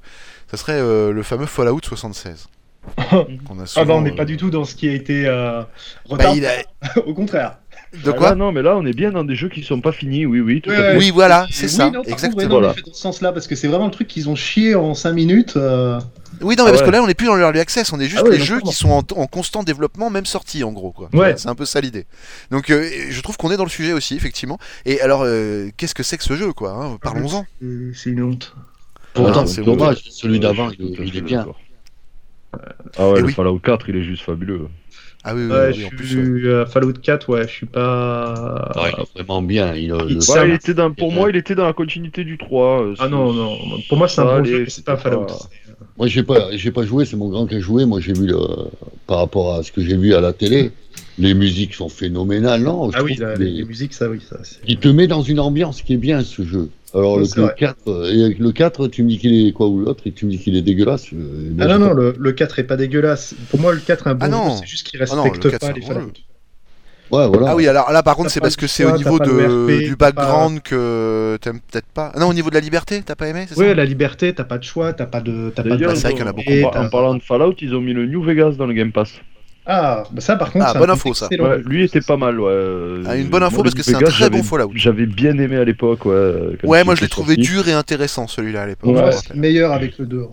A: Ça serait euh, le fameux Fallout 76. qu'on a
G: Ah bah
A: souvent,
G: on n'est
A: euh,
G: pas du tout dans ce qui a été euh,
A: bah,
G: retard.
A: il a-
G: Au contraire.
A: De
I: Ah,
A: quoi
I: là, Non, mais là on est bien dans des jeux qui sont pas finis, oui, oui. tout à
G: Ouais,
I: fait.
G: bah, ouais.
A: Oui, voilà,
G: Oui,
A: c'est ça,
G: non, par contre, ouais,
A: exactement.
G: non, mais
I: Voilà.
G: fais dans ce sens-là parce que c'est vraiment le truc qu'ils ont chié en 5 minutes. euh,
A: Oui, non, mais
I: Ah
A: parce que
I: ouais.
A: là, on n'est plus dans l'early access, on est juste
G: Ah ouais,
A: les jeux
G: d'accord.
A: qui sont en, en constant développement, même sortis, en gros. Quoi.
G: Ouais.
A: C'est un peu ça l'idée. Donc, euh, je trouve qu'on est dans le sujet aussi, effectivement. Et alors, euh, qu'est-ce que c'est que ce jeu, quoi hein Parlons-en.
G: c'est- C'est une honte.
H: Pourtant,
A: Ah,
H: c'est
A: c'est
H: dommage, celui
I: Ouais,
H: d'avant,
I: je suis
H: il,
I: tout à
H: il
I: fait
H: est bien.
I: d'accord. Ah ouais,
A: Et
I: le
A: Eh oui.
I: Fallout 4, il est juste fabuleux.
A: Ah oui, oui,
G: Ouais,
A: oui, en
G: je
A: plus.
G: suis
A: euh,
G: euh, Fallout 4, ouais, je suis pas.
H: Ouais, il est Ah, vraiment bien. Il, euh,
G: Il-
H: le-
G: Ça,
I: Ouais, il
G: là.
I: était dans, pour moi, il était dans la continuité du 3. euh,
G: Ah
I: ce-
G: non, non, pour moi c'est un
I: ça,
G: bon
I: les-
G: jeu, mais c'est pas Fallout.
H: Moi, j'ai pas, j'ai pas joué. C'est mon grand qui a joué. Moi, j'ai vu le, par rapport à ce que j'ai vu à la télé, les musiques sont phénoménales, non Je
G: Ah oui,
H: trouve
G: la-
H: que les-
G: les musiques, ça oui, ça. c'est-
H: Il te met dans une ambiance qui est bien ce jeu. Alors
G: Oui,
H: le,
G: c'est
H: le
G: vrai.
H: 4, euh, et avec le 4, tu me dis qu'il est quoi ou l'autre et tu me dis qu'il est dégueulasse.
G: Ah
H: euh, moi,
G: non,
H: j'ai
G: non,
H: pas-
G: le, le 4 est pas dégueulasse. Pour moi, le 4 est un bon
A: Ah non.
G: jeu, c'est juste qu'il
A: Ah non, le
G: respecte
A: 4,
G: pas
A: c'est
G: les
A: un bon
G: Fallout.
H: Ouais, voilà.
A: Ah oui, alors là par contre,
G: T'as
A: c'est
G: pas
A: parce
G: le
A: que c'est
G: choix,
A: au
G: t'as
A: niveau
G: pas
A: de,
G: le RP,
A: du
G: t'as pas-
A: background que t'aimes peut-être pas. Ah non, au niveau de la liberté, t'as pas aimé, c'est
G: Ouais,
A: ça
G: la liberté, t'as pas de choix, t'as pas de. T'as pas de...
I: D'ailleurs,
A: Bah, c'est vrai
I: ils
A: qu'il y en a
I: ont-
A: beaucoup.
I: en par- En parlant de Fallout, ils ont mis le New Vegas dans le Game Pass.
G: Ah, bah ça par contre,
A: Ah,
G: c'est un
A: bonne info, ça.
G: excellent
I: Ouais,
G: jeu.
I: lui était pas mal, ouais. Euh,
A: Ah, une bonne info
I: moi,
A: parce
I: le
A: que
I: New
A: c'est un
I: Vegas,
A: très bon
I: j'avais-
A: Fallout.
I: J'avais bien aimé à l'époque, ouais. euh, quand
A: Ouais,
I: il
A: moi je
I: était
A: l'ai trouvé
I: sorti.
A: dur et intéressant celui-là à l'époque.
G: Pour
A: je me
G: moi,
I: Ouais.
G: c'est
A: rappelle.
G: meilleur avec le 2.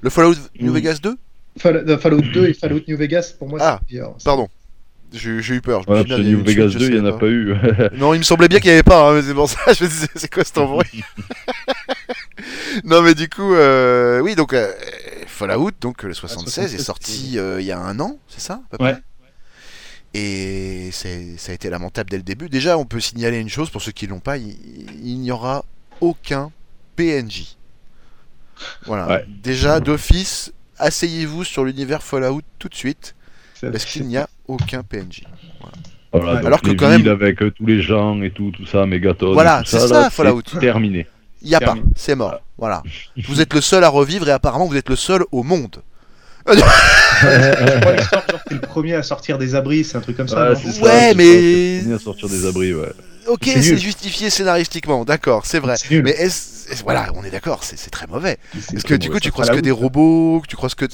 A: Le Fallout New
I: Mm.
A: Vegas 2
G: Fall- euh, Fallout 2 et Fallout New Vegas, pour moi,
A: Ah,
G: c'est meilleur.
A: Pardon. J'ai j'ai eu peur. je me
I: Ouais,
A: suis dit,
I: parce que
A: il y a
I: New
A: une
I: Vegas
A: suite, je
I: 2, il y en a
A: sais
I: pas eu.
A: Non, il me semblait bien qu'il n'y avait pas, hein, mais c'est pour ça que je me disais, c'est quoi cet bruit Non, mais du coup, euh, oui, donc euh, Fallout, donc le 76, est
G: 76,
A: sorti euh, il y a un an, c'est ça à peu
G: Ouais.
A: près Et c'est- ça a été lamentable dès le début. Déjà, on peut signaler une chose, pour ceux qui l'ont pas, il il n'y aura aucun PNJ. Voilà.
I: Ouais.
A: Déjà, d'office, asseyez-vous sur l'univers Fallout tout de suite,
G: C'est-
A: parce qu'il n'y a aucun PNJ.
I: Voilà,
G: Ouais.
I: donc
A: Alors que
I: les
A: quand même-
I: villes Avec euh, tous les gens et tout, tout ça, Megaton.
A: Voilà,
I: et tout
A: c'est
I: ça,
A: ça,
I: là,
A: Fallout.
I: c'est Terminé.
A: Il n'y a pas,
G: Terminé.
A: c'est mort. Voilà. Vous êtes le seul à revivre et apparemment vous êtes le seul au monde.
G: Je crois que l'histoire, genre, c'est le premier à sortir des abris, c'est un truc comme ça.
I: Ouais,
G: non
I: c'est ça,
A: Ouais,
I: c'est
A: mais-
I: ça, c'est fini à sortir des abris, ouais.
A: Ok,
G: C'est
A: c'est
G: nul.
A: justifié scénaristiquement, d'accord, c'est vrai.
G: C'est nul.
A: Mais est-ce, est-ce- voilà, on est d'accord, c'est, c'est très mauvais. Parce que
I: très
A: du coup,
I: mauvais,
A: tu
I: ça
A: croises
G: fera
A: que
G: la
A: des
G: route.
A: robots, que tu croises que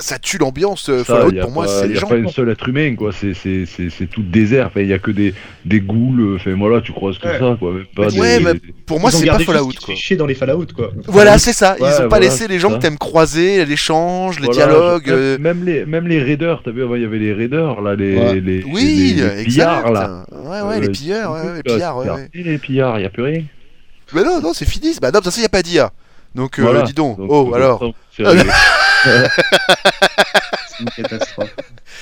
A: ça tue l'ambiance. euh,
I: Ça, y
A: Fallout
I: a
A: pour moi,
I: pas-
A: c'est
I: y
A: les
I: a
A: gens.
I: pas une seule être humain, quoi. C'est, c'est, c'est, c'est tout désert. Enfin, il y a que des, des ghouls. euh, Enfin, voilà, tu croises que
G: Ouais.
I: ça, quoi. Même pas des-
A: Ouais, mais
I: des-
A: pour moi,
G: Ils ont
A: c'est pas
G: gardé juste
A: Fallout.
G: ce qui te
A: Quoi.
G: fait chier dans les Fallout, quoi.
A: Voilà, c'est ça. Ils
I: Ouais,
A: ont pas
I: voilà,
A: laissé les gens
I: ça.
A: que t'aimes croiser, l'échange, les
I: Voilà,
A: dialogues.
I: je- même-
A: euh,
I: Même les, même les raiders, t'as vu, avant, il y avait les raiders, là, les,
H: Ouais.
I: les, les-
A: Oui,
I: les- les
A: exact.
I: pillards, là.
A: Ouais, ouais, les
I: Euh,
A: pillards, ouais,
I: Écoute,
A: ouais, les
I: là,
A: pillards, ouais,
I: c'est
A: ouais.
I: terminé, les pillards, il n'y a plus rien.
A: Mais non, non, c'est fini. Bah non, de toute façon, y a pas d'IA. Donc, euh,
I: Voilà.
A: dis donc.
I: Donc,
A: oh,
I: comme
A: alors.
I: ça, c'est réglé.
G: C'est une catastrophe.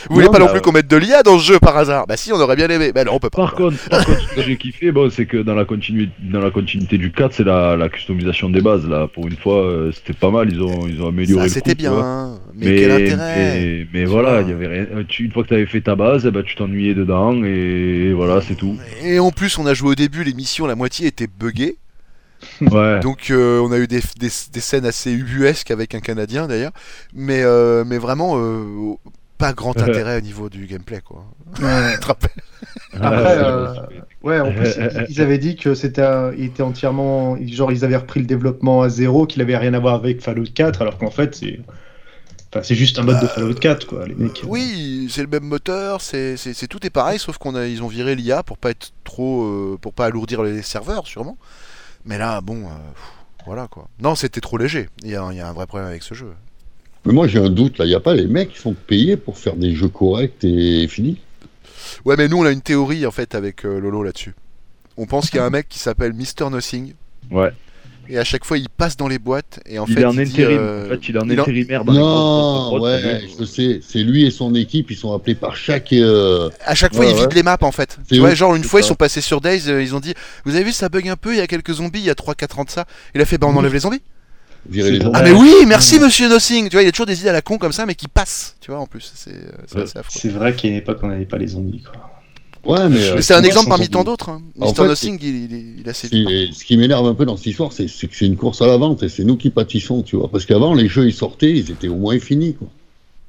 A: Vous voulez
I: Non,
A: pas non
I: bah,
A: plus qu'on mette de l'IA dans le jeu par hasard Bah si, on aurait bien aimé. Bah non, on peut pas.
I: Par contre, par contre, ce que j'ai kiffé, bon, c'est que dans la, continuité, dans la continuité du 4, c'est la, la customisation des bases. Là, pour une fois, euh, c'était pas mal. Ils ont, ils ont amélioré.
A: Ça,
I: le
A: c'était
I: coup, tu
A: bien.
I: vois.
A: hein. Mais, quel intérêt
I: mais- mais
A: Tu vois.
I: voilà, il y avait rien. euh, tu- une fois que tu avais fait ta base, eh ben, tu t'ennuyais dedans et voilà, c'est tout.
A: Et en plus, on a joué au début, l'émission, la moitié était buggée.
I: Ouais.
A: Donc, euh, on a eu des, des, des scènes assez ubuesques avec un Canadien d'ailleurs. Mais, euh, mais vraiment, euh, pas grand intérêt au niveau du gameplay, quoi. Tu te rappelles
G: Après,
I: Ah,
G: euh, ouais, en plus, ils- ils avaient dit que c'était, un- ils étaient entièrement, genre, ils avaient repris le développement à zéro, qu'il avait rien à voir avec Fallout 4, alors qu'en fait, c'est, enfin, c'est juste un mode de Fallout 4, quoi, les mecs.
A: Oui, c'est le même moteur, c'est c'est- c'est- tout est pareil, sauf qu'on a ils ont viré l'IA pour pas être trop, euh, pour pas alourdir les serveurs, sûrement. Mais là, bon, euh, pff, Voilà quoi. Non, c'était trop léger. Il y, a, il y a un vrai problème avec ce jeu.
H: Mais moi, j'ai un doute, là. Il n'y a pas les mecs qui sont payés pour faire des jeux corrects et finis.
A: Ouais, mais nous, on a une théorie en fait avec euh, Lolo là-dessus. On pense qu'il y a un mec qui s'appelle Mr. Nothing
I: Ouais.
A: et à chaque fois il passe dans les boîtes et en
I: il
A: fait
I: est en
A: il dit,
I: intérim.
A: euh,
I: En fait, il est en
A: il en-
I: intérimaire. dans les grosses, grosses,
H: non,
I: grosses
H: ouais,
I: boîtes.
H: je sais. C'est lui et son équipe, ils sont appelés par chaque. euh,
A: À chaque fois,
H: Ouais,
A: ils vident
H: ouais.
A: les maps en fait.
H: C'est
A: Tu vois,
H: ouf,
A: genre une
H: c'est
A: fois, ils
H: ça.
A: sont passés sur Days, euh, ils ont dit Vous avez vu, ça bug un peu, il y a quelques zombies, il y a 3-4 ans de ça. Il a fait Bah, on enlève les zombies.
H: virer
I: C'est
H: les gens.
A: Ah, mais oui, merci monsieur Nothing. Tu vois, il y a toujours des idées à la con comme ça, mais qui passent. Tu vois, en plus, c'est euh, c'est
I: Ouais.
A: assez affreux.
G: C'est vrai qu'à une époque, on n'avait pas les zombies, quoi.
H: Ouais, mais. euh,
A: Mais c'est un
G: c'est
A: exemple
G: sans
A: parmi
G: zombies.
A: tant d'autres. hein.
H: En
A: Mr.
H: fait,
A: Nothing, il, il, il a ses.
H: C'est- ce qui m'énerve un peu dans cette histoire, c'est c'est que c'est une course à la vente et c'est nous qui pâtissons, tu vois. Parce qu'avant, les jeux, ils sortaient, ils étaient au moins finis, quoi.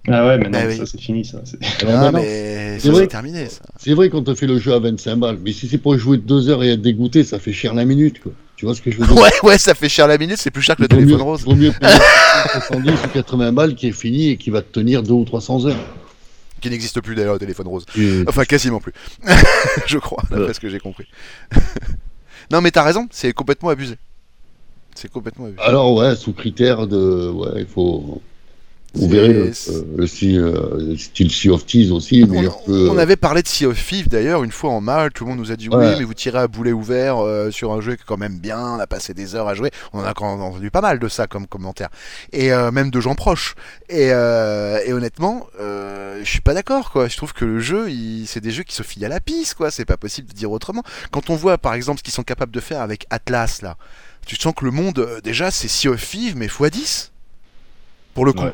G: Ah ouais, maintenant,
A: Ah oui.
G: ça, c'est fini, ça. c'est-
H: Alors
A: Ah,
H: maintenant,
A: mais
H: C'est
A: ça,
H: vrai.
A: c'est terminé, ça.
H: C'est vrai qu'on te fait le jeu à 25 balles, mais si c'est pour jouer deux heures et être dégoûté, ça fait cher la minute, quoi. Tu vois ce que je veux dire
A: Ouais, ouais, ça fait cher la minute, c'est plus cher que le
H: Vaut mieux-
A: téléphone rose.
H: Vaut mieux payer 70 ou 80 balles qui est fini et qui va te tenir deux ou 300 heures.
A: Qui n'existe plus d'ailleurs, le téléphone rose.
H: Et-
A: Enfin, quasiment plus. je crois, d'après ce que j'ai compris. non, mais t'as raison, c'est complètement abusé. C'est complètement abusé.
H: Alors ouais, sous critère de, ouais, il faut. Vous
A: C'est-
H: verrez le, euh, le si- euh, le style Sea of Thieves aussi,
A: On,
H: meilleur que.
A: on avait parlé de Sea of Thieves d'ailleurs une fois en mal, tout le monde nous a dit oui
H: Ouais.
A: mais vous tirez à boulet ouvert euh, sur un jeu qui est quand même bien, on a passé des heures à jouer, on en a quand même entendu pas mal de ça comme commentaire, et euh, même de gens proches. Et, euh, et honnêtement, euh, je suis pas d'accord quoi, je trouve que le jeu, il- c'est des jeux qui se filent à la piste quoi, c'est pas possible de dire autrement. Quand on voit par exemple ce qu'ils sont capables de faire avec Atlas là, tu sens que le monde, euh, déjà c'est Sea of Thieves mais x10 pour le coup.
I: Ouais.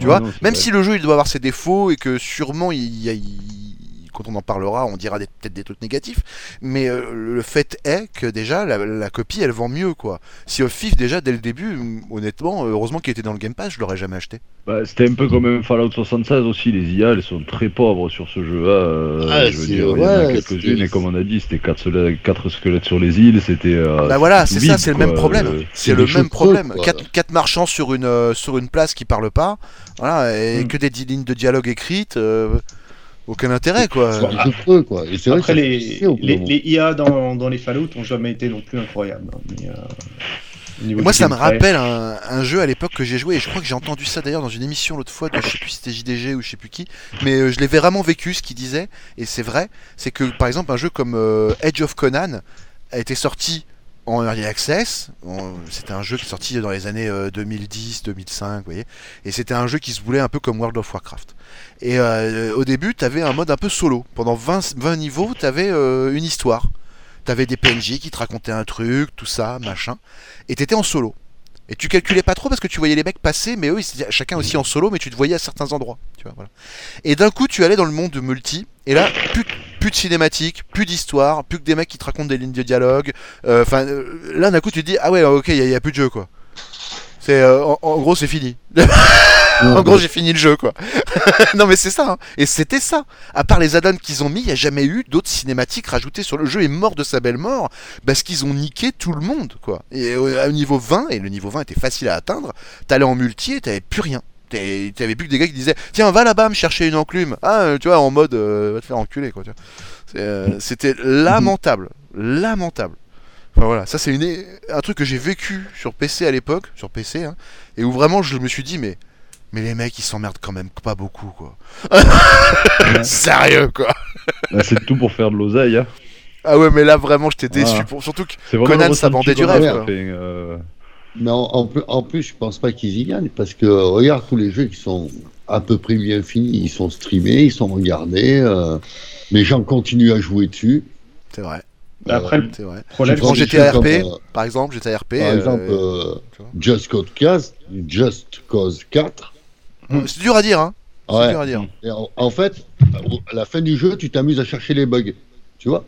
A: Tu
I: Ouais,
A: vois,
I: non, c'est
A: même
I: vrai.
A: si le jeu il doit avoir ses défauts et que sûrement il y a- il- quand on en parlera, on dira des- peut-être des trucs négatifs, mais euh, le fait est que déjà la, la copie elle vend mieux quoi. Si of Thief, déjà dès le début, hum, honnêtement, heureusement qu'il était dans le Game Pass, je l'aurais jamais acheté.
I: Bah, c'était un peu comme un Fallout 76 aussi, les IA elles sont très pauvres sur ce jeu-là. euh,
H: Ah,
I: je veux
H: c'est-
I: dire, il y en a
H: ouais,
I: quelques-unes,
H: c'est-
I: et comme on a dit, c'était 4 squelettes, quatre squelettes sur les îles, c'était. euh,
A: bah voilà,
I: tout
A: c'est ça,
I: vide,
A: c'est le
I: quoi,
A: même
I: euh,
A: problème. C'est
H: c'est
A: le
H: des
A: même
H: choses
A: problème.
H: creuses, quoi.
A: Quatre, quatre marchands sur une euh, sur une place qui parlent pas, voilà, et
G: Hmm.
A: que des dix lignes de dialogue écrites, euh, aucun intérêt quoi.
H: C'est un euh, jeu creux, quoi. Et c'est vrai
G: Après,
H: que ça
G: les,
H: fait chier au bout
G: les,
H: d'un moment.
G: les IA dans, dans les Fallout ont jamais été non plus incroyables. hein, mais, euh, au niveau
A: Et Moi,
G: du
A: ça me
G: gameplay-
A: rappelle un, un jeu à l'époque que j'ai joué, et je crois que j'ai entendu ça d'ailleurs dans une émission l'autre fois de je sais plus si c'était JDG ou je sais plus qui, mais euh, je l'ai vraiment vécu ce qu'il disait, et c'est vrai, c'est que par exemple un jeu comme euh, Edge of Conan a été sorti en Early Access, en- c'était un jeu qui est sorti dans les années euh, 2010-2005, vous voyez, et c'était un jeu qui se voulait un peu comme World of Warcraft. Et euh, au début, t'avais un mode un peu solo, pendant 20, 20 niveaux, t'avais euh, une histoire. T'avais des PNJ qui te racontaient un truc, tout ça, machin. Et t'étais en solo. Et tu calculais pas trop parce que tu voyais les mecs passer, mais eux, ils étaient chacun aussi en solo, mais tu te voyais à certains endroits. Tu vois, voilà. Et d'un coup, tu allais dans le monde de multi, et là, plus, plus de cinématiques, plus d'histoires, plus que des mecs qui te racontent des lignes de dialogue. Euh, Enfin, euh, là, d'un coup, tu te dis, ah ouais, ok, il y, a- y a plus de jeu, quoi. C'est, euh, en, en gros, c'est fini. en gros, j'ai fini le jeu, quoi. non, mais c'est ça. hein. Et c'était ça. À part les add-ons qu'ils ont mis, il n'y a jamais eu d'autres cinématiques rajoutées sur le jeu. Et mort de sa belle mort, parce qu'ils ont niqué tout le monde, quoi. Et au, au niveau 20, et le niveau 20 était facile à atteindre, t'allais en multi et t'avais plus rien. T'avais t'avais plus que des gars qui disaient Tiens, va là-bas me chercher une enclume. Ah, euh, tu vois, en mode euh, va te faire enculer, quoi. tu vois. C'est, euh, C'était lamentable. Lamentable. Enfin, voilà, ça c'est une é- un truc que j'ai vécu sur PC à l'époque, sur PC, hein, et où vraiment je me suis dit, mais, mais les mecs ils s'emmerdent quand même pas beaucoup, quoi. Sérieux, quoi.
I: bah, c'est tout pour faire de l'oseille. Hein.
A: Ah ouais, mais là vraiment j'étais déçu,
I: Voilà.
A: pour... surtout que
I: C'est vraiment
A: Conan,
I: le
A: ça
I: ressenti
A: vendait du
I: qu'on a
A: rêve,
I: fait,
A: quoi.
I: euh,
H: Mais en, en plus- en plus, je pense pas qu'ils y gagnent parce que euh, regarde tous les jeux qui sont à peu près bien finis, ils sont streamés, ils sont regardés, euh, les gens continuent à jouer dessus. Euh,
A: c'est vrai,
G: Après, le
A: c'est vrai.
G: problème,
H: Tu
A: prends
H: prends
G: c'est-
H: des
A: GTA
H: jeux comme,
A: RP,
H: euh,
A: Par exemple, j'étais RP.
H: Par
A: euh,
H: exemple, euh,
A: tu vois.
H: Just Cause 4, Just Cause 4.
A: C'est dur à dire, hein. C'est
H: Ouais. Mm.
A: dur à dire.
H: Et en, en fait, à la fin du jeu, tu t'amuses à chercher les bugs. Tu vois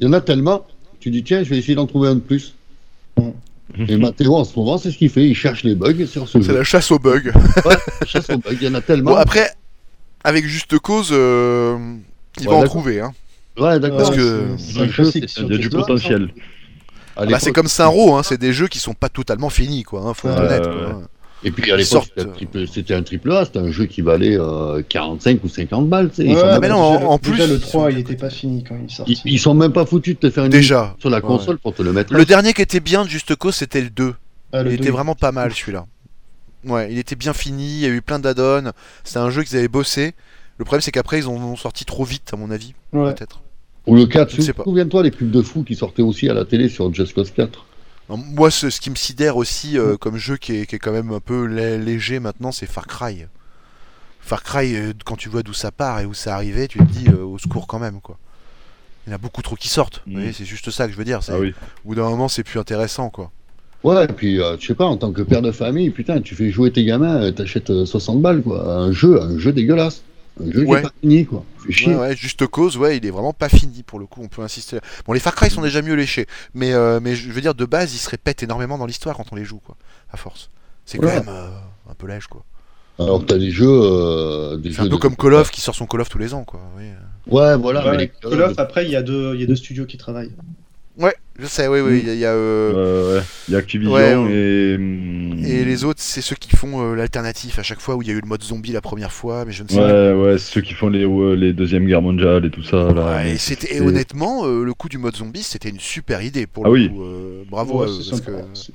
H: Il y en a tellement, tu dis tiens, je vais essayer d'en trouver un de plus. Et Mathéo, en ce moment, c'est ce qu'il fait. Il cherche les bugs sur ce
A: C'est
H: jeu.
A: la chasse aux bugs.
H: Il chasse aux bugs. Il y en a tellement.
A: Bon, après, avec juste cause, euh, il
H: Ouais,
A: va en
H: d'accord.
A: trouver, hein.
H: Ouais, d'accord.
A: Parce que-
G: c'est-
H: dans le
G: c'est
H: jeu,
G: classique.
H: c'est-
I: Il y a du
H: Sur-
I: potentiel.
H: À
A: Bah, c'est
H: l'époque-
A: comme Saint-Ro, hein. C'est des jeux qui sont pas totalement finis, quoi. Hein, faut être
I: Ouais,
A: honnête,
I: ouais,
A: quoi.
H: Et puis à
A: Ils
H: l'époque,
A: sortent,
H: c'était un triple- c'était un triple A, c'était un jeu qui valait euh, 45 ou 50 balles. tu sais. Ils,
G: Ouais,
H: sont
A: Ah, mais
H: même...
A: non,
G: déjà,
A: en- en
G: le- déjà,
A: plus,
G: le
A: ils
G: 3,
A: sont-
G: il était pas fini quand il est sorti.
H: ils- ils sont même pas foutus de te faire une
A: Déjà.
H: sur la console pour te le mettre.
A: Le dernier qui était bien de Juste Cause, c'était le 2.
G: Ah, le
A: il
G: deux,
A: était vraiment pas mal celui-là. Ouais, il était bien fini, il y a eu plein d'add-ons. C'était un jeu qu'ils avaient bossé. Le problème, c'est qu'après, ils en ont sorti trop vite, à mon avis,
G: Ouais.
A: peut-être.
H: Ou le 4,
A: Je sais pas.
H: souviens-toi les pubs de fous qui sortaient aussi à la télé sur Just Cause 4.
A: Non, moi, ce, ce qui me sidère aussi
G: Mm.
A: euh, comme jeu qui est, qui est quand même un peu lé- léger maintenant, c'est Far Cry. Far Cry, euh, quand tu vois d'où ça part et où ça arrivait, tu te dis euh, au secours quand même, quoi. Il y en a beaucoup trop qui sortent. Vous
I: Mm.
A: voyez, c'est juste ça que je veux dire. c'est-
I: Ah oui.
A: Au bout d'un moment, c'est plus intéressant, quoi.
H: Ouais, et puis, euh, je sais pas, en tant que père de famille, putain, tu fais jouer tes gamins, euh, t'achètes euh, 60 balles, quoi. Un jeu, un jeu dégueulasse. Un jeu
A: Ouais.
H: qui est pas fini, quoi. Fais chier.
A: Ouais, ouais, juste cause, ouais, il est vraiment pas fini pour le coup, on peut insister. Bon, les Far Cry sont déjà mieux léchés, mais, euh, mais je veux dire, de base, ils se répètent énormément dans l'histoire quand on les joue, quoi, à force. C'est quand
H: Ouais.
A: même euh, un peu lèche, quoi.
H: Alors que t'as des jeux. euh, des
A: C'est
H: jeux
A: un peu
H: de-
A: comme Call of qui sort son Call of tous les ans, quoi. oui.
H: Ouais, voilà.
G: Ouais,
H: mais les
G: Call of, après, il y, a deux- il y a deux studios qui travaillent.
A: Ouais, je sais, oui, oui,
I: Mm.
A: il y a. il y a, euh,
I: Euh, ouais. Il y a Activision
A: Ouais, on-
I: et. hum,
A: Et les autres, c'est ceux qui font euh, l'alternatif à chaque fois où il y a eu le mode zombie la première fois, mais je ne sais pas.
I: Ouais, ouais, ceux qui font les, ouais, les Deuxièmes Guerres mondiales et tout ça. Là,
A: Ouais,
I: mais
A: et, c'était, et
I: c'est-
A: honnêtement, euh, le coup du mode zombie, c'était une super idée pour
I: Ah
A: le
I: oui.
A: coup. euh, bravo
G: Ouais,
A: à eux,
G: c'est
A: parce
G: sympa.
A: que-